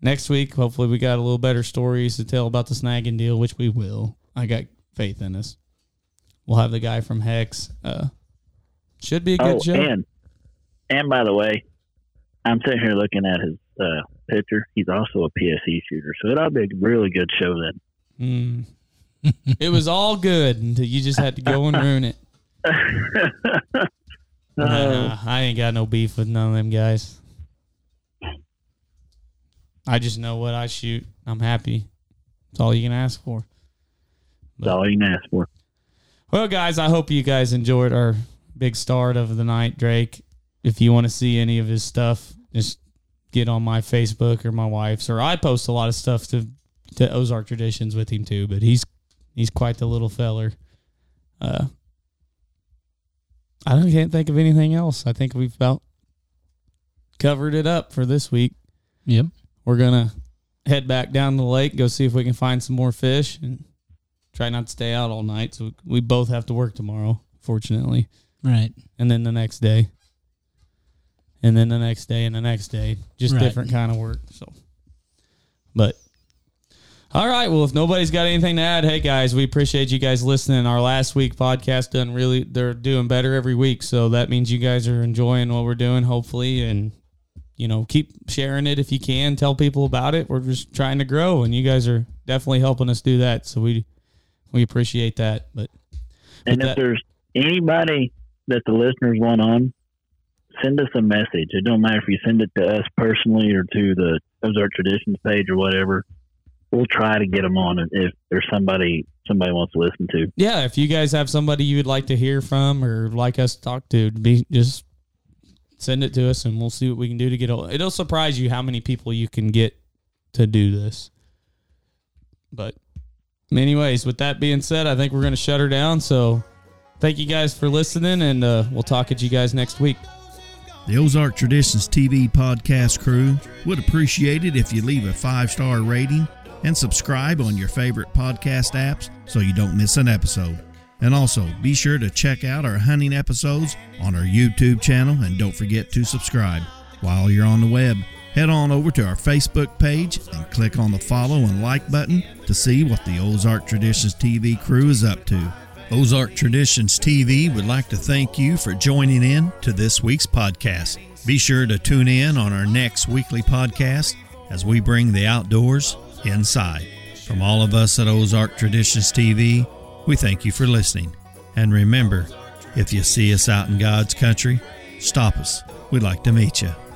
Speaker 3: Next week, hopefully, we got a little better stories to tell about the snagging deal, which we will. I got faith in us. We'll have the guy from Hex. Uh, should be a good
Speaker 5: oh,
Speaker 3: show.
Speaker 5: and and by the way, I'm sitting here looking at his uh, picture. He's also a PSE shooter, so it'll be a really good show then.
Speaker 3: Mm. it was all good until you just had to go and ruin it. Nah, I ain't got no beef with none of them guys. I just know what I shoot. I'm happy. That's all you can ask for.
Speaker 5: That's all you can ask for.
Speaker 3: Well, guys, I hope you guys enjoyed our big start of the night, Drake. If you want to see any of his stuff, just get on my Facebook or my wife's, or I post a lot of stuff to to Ozark traditions with him too. But he's he's quite the little feller. Uh, I don't, can't think of anything else. I think we've about covered it up for this week.
Speaker 4: Yep.
Speaker 3: We're gonna head back down the lake, go see if we can find some more fish, and try not to stay out all night. So we both have to work tomorrow, fortunately,
Speaker 4: Right.
Speaker 3: and then the next day, and then the next day, and the next day, just
Speaker 4: Right.
Speaker 3: different kind of work. So, but. All right. Well, if nobody's got anything to add, hey guys, we appreciate you guys listening. Our last week podcast done really they're doing better every week, so that means you guys are enjoying what we're doing, hopefully, and you know, keep sharing it if you can. Tell people about it. We're just trying to grow, and you guys are definitely helping us do that. So we we appreciate that. But
Speaker 5: And
Speaker 3: With
Speaker 5: if
Speaker 3: that-
Speaker 5: there's anybody that the listeners want on, send us a message. It don't matter if you send it to us personally or to the Ozark Traditions page or whatever. We'll try to get them on if- if there's somebody somebody wants to listen to.
Speaker 3: yeah, if you guys have somebody you would like to hear from or like us to talk to, be just send it to us, and we'll see what we can do to get. A, it'll surprise you how many people you can get to do this. But, anyways, with that being said, I think we're gonna shut her down. So, thank you guys for listening, and uh, we'll talk at you guys next week.
Speaker 2: The Ozark Traditions TV podcast crew would appreciate it if you leave a five star rating and subscribe on your favorite podcast apps so you don't miss an episode. And also, be sure to check out our hunting episodes on our YouTube channel and don't forget to subscribe. While you're on the web, head on over to our Facebook page and click on the follow and like button to see what the Ozark Traditions TV crew is up to. Ozark Traditions TV would like to thank you for joining in to this week's podcast. Be sure to tune in on our next weekly podcast as we bring the outdoors inside. From all of us at Ozark Traditions TV, we thank you for listening. And remember, If you see us out in God's country, stop us. We'd like to meet you.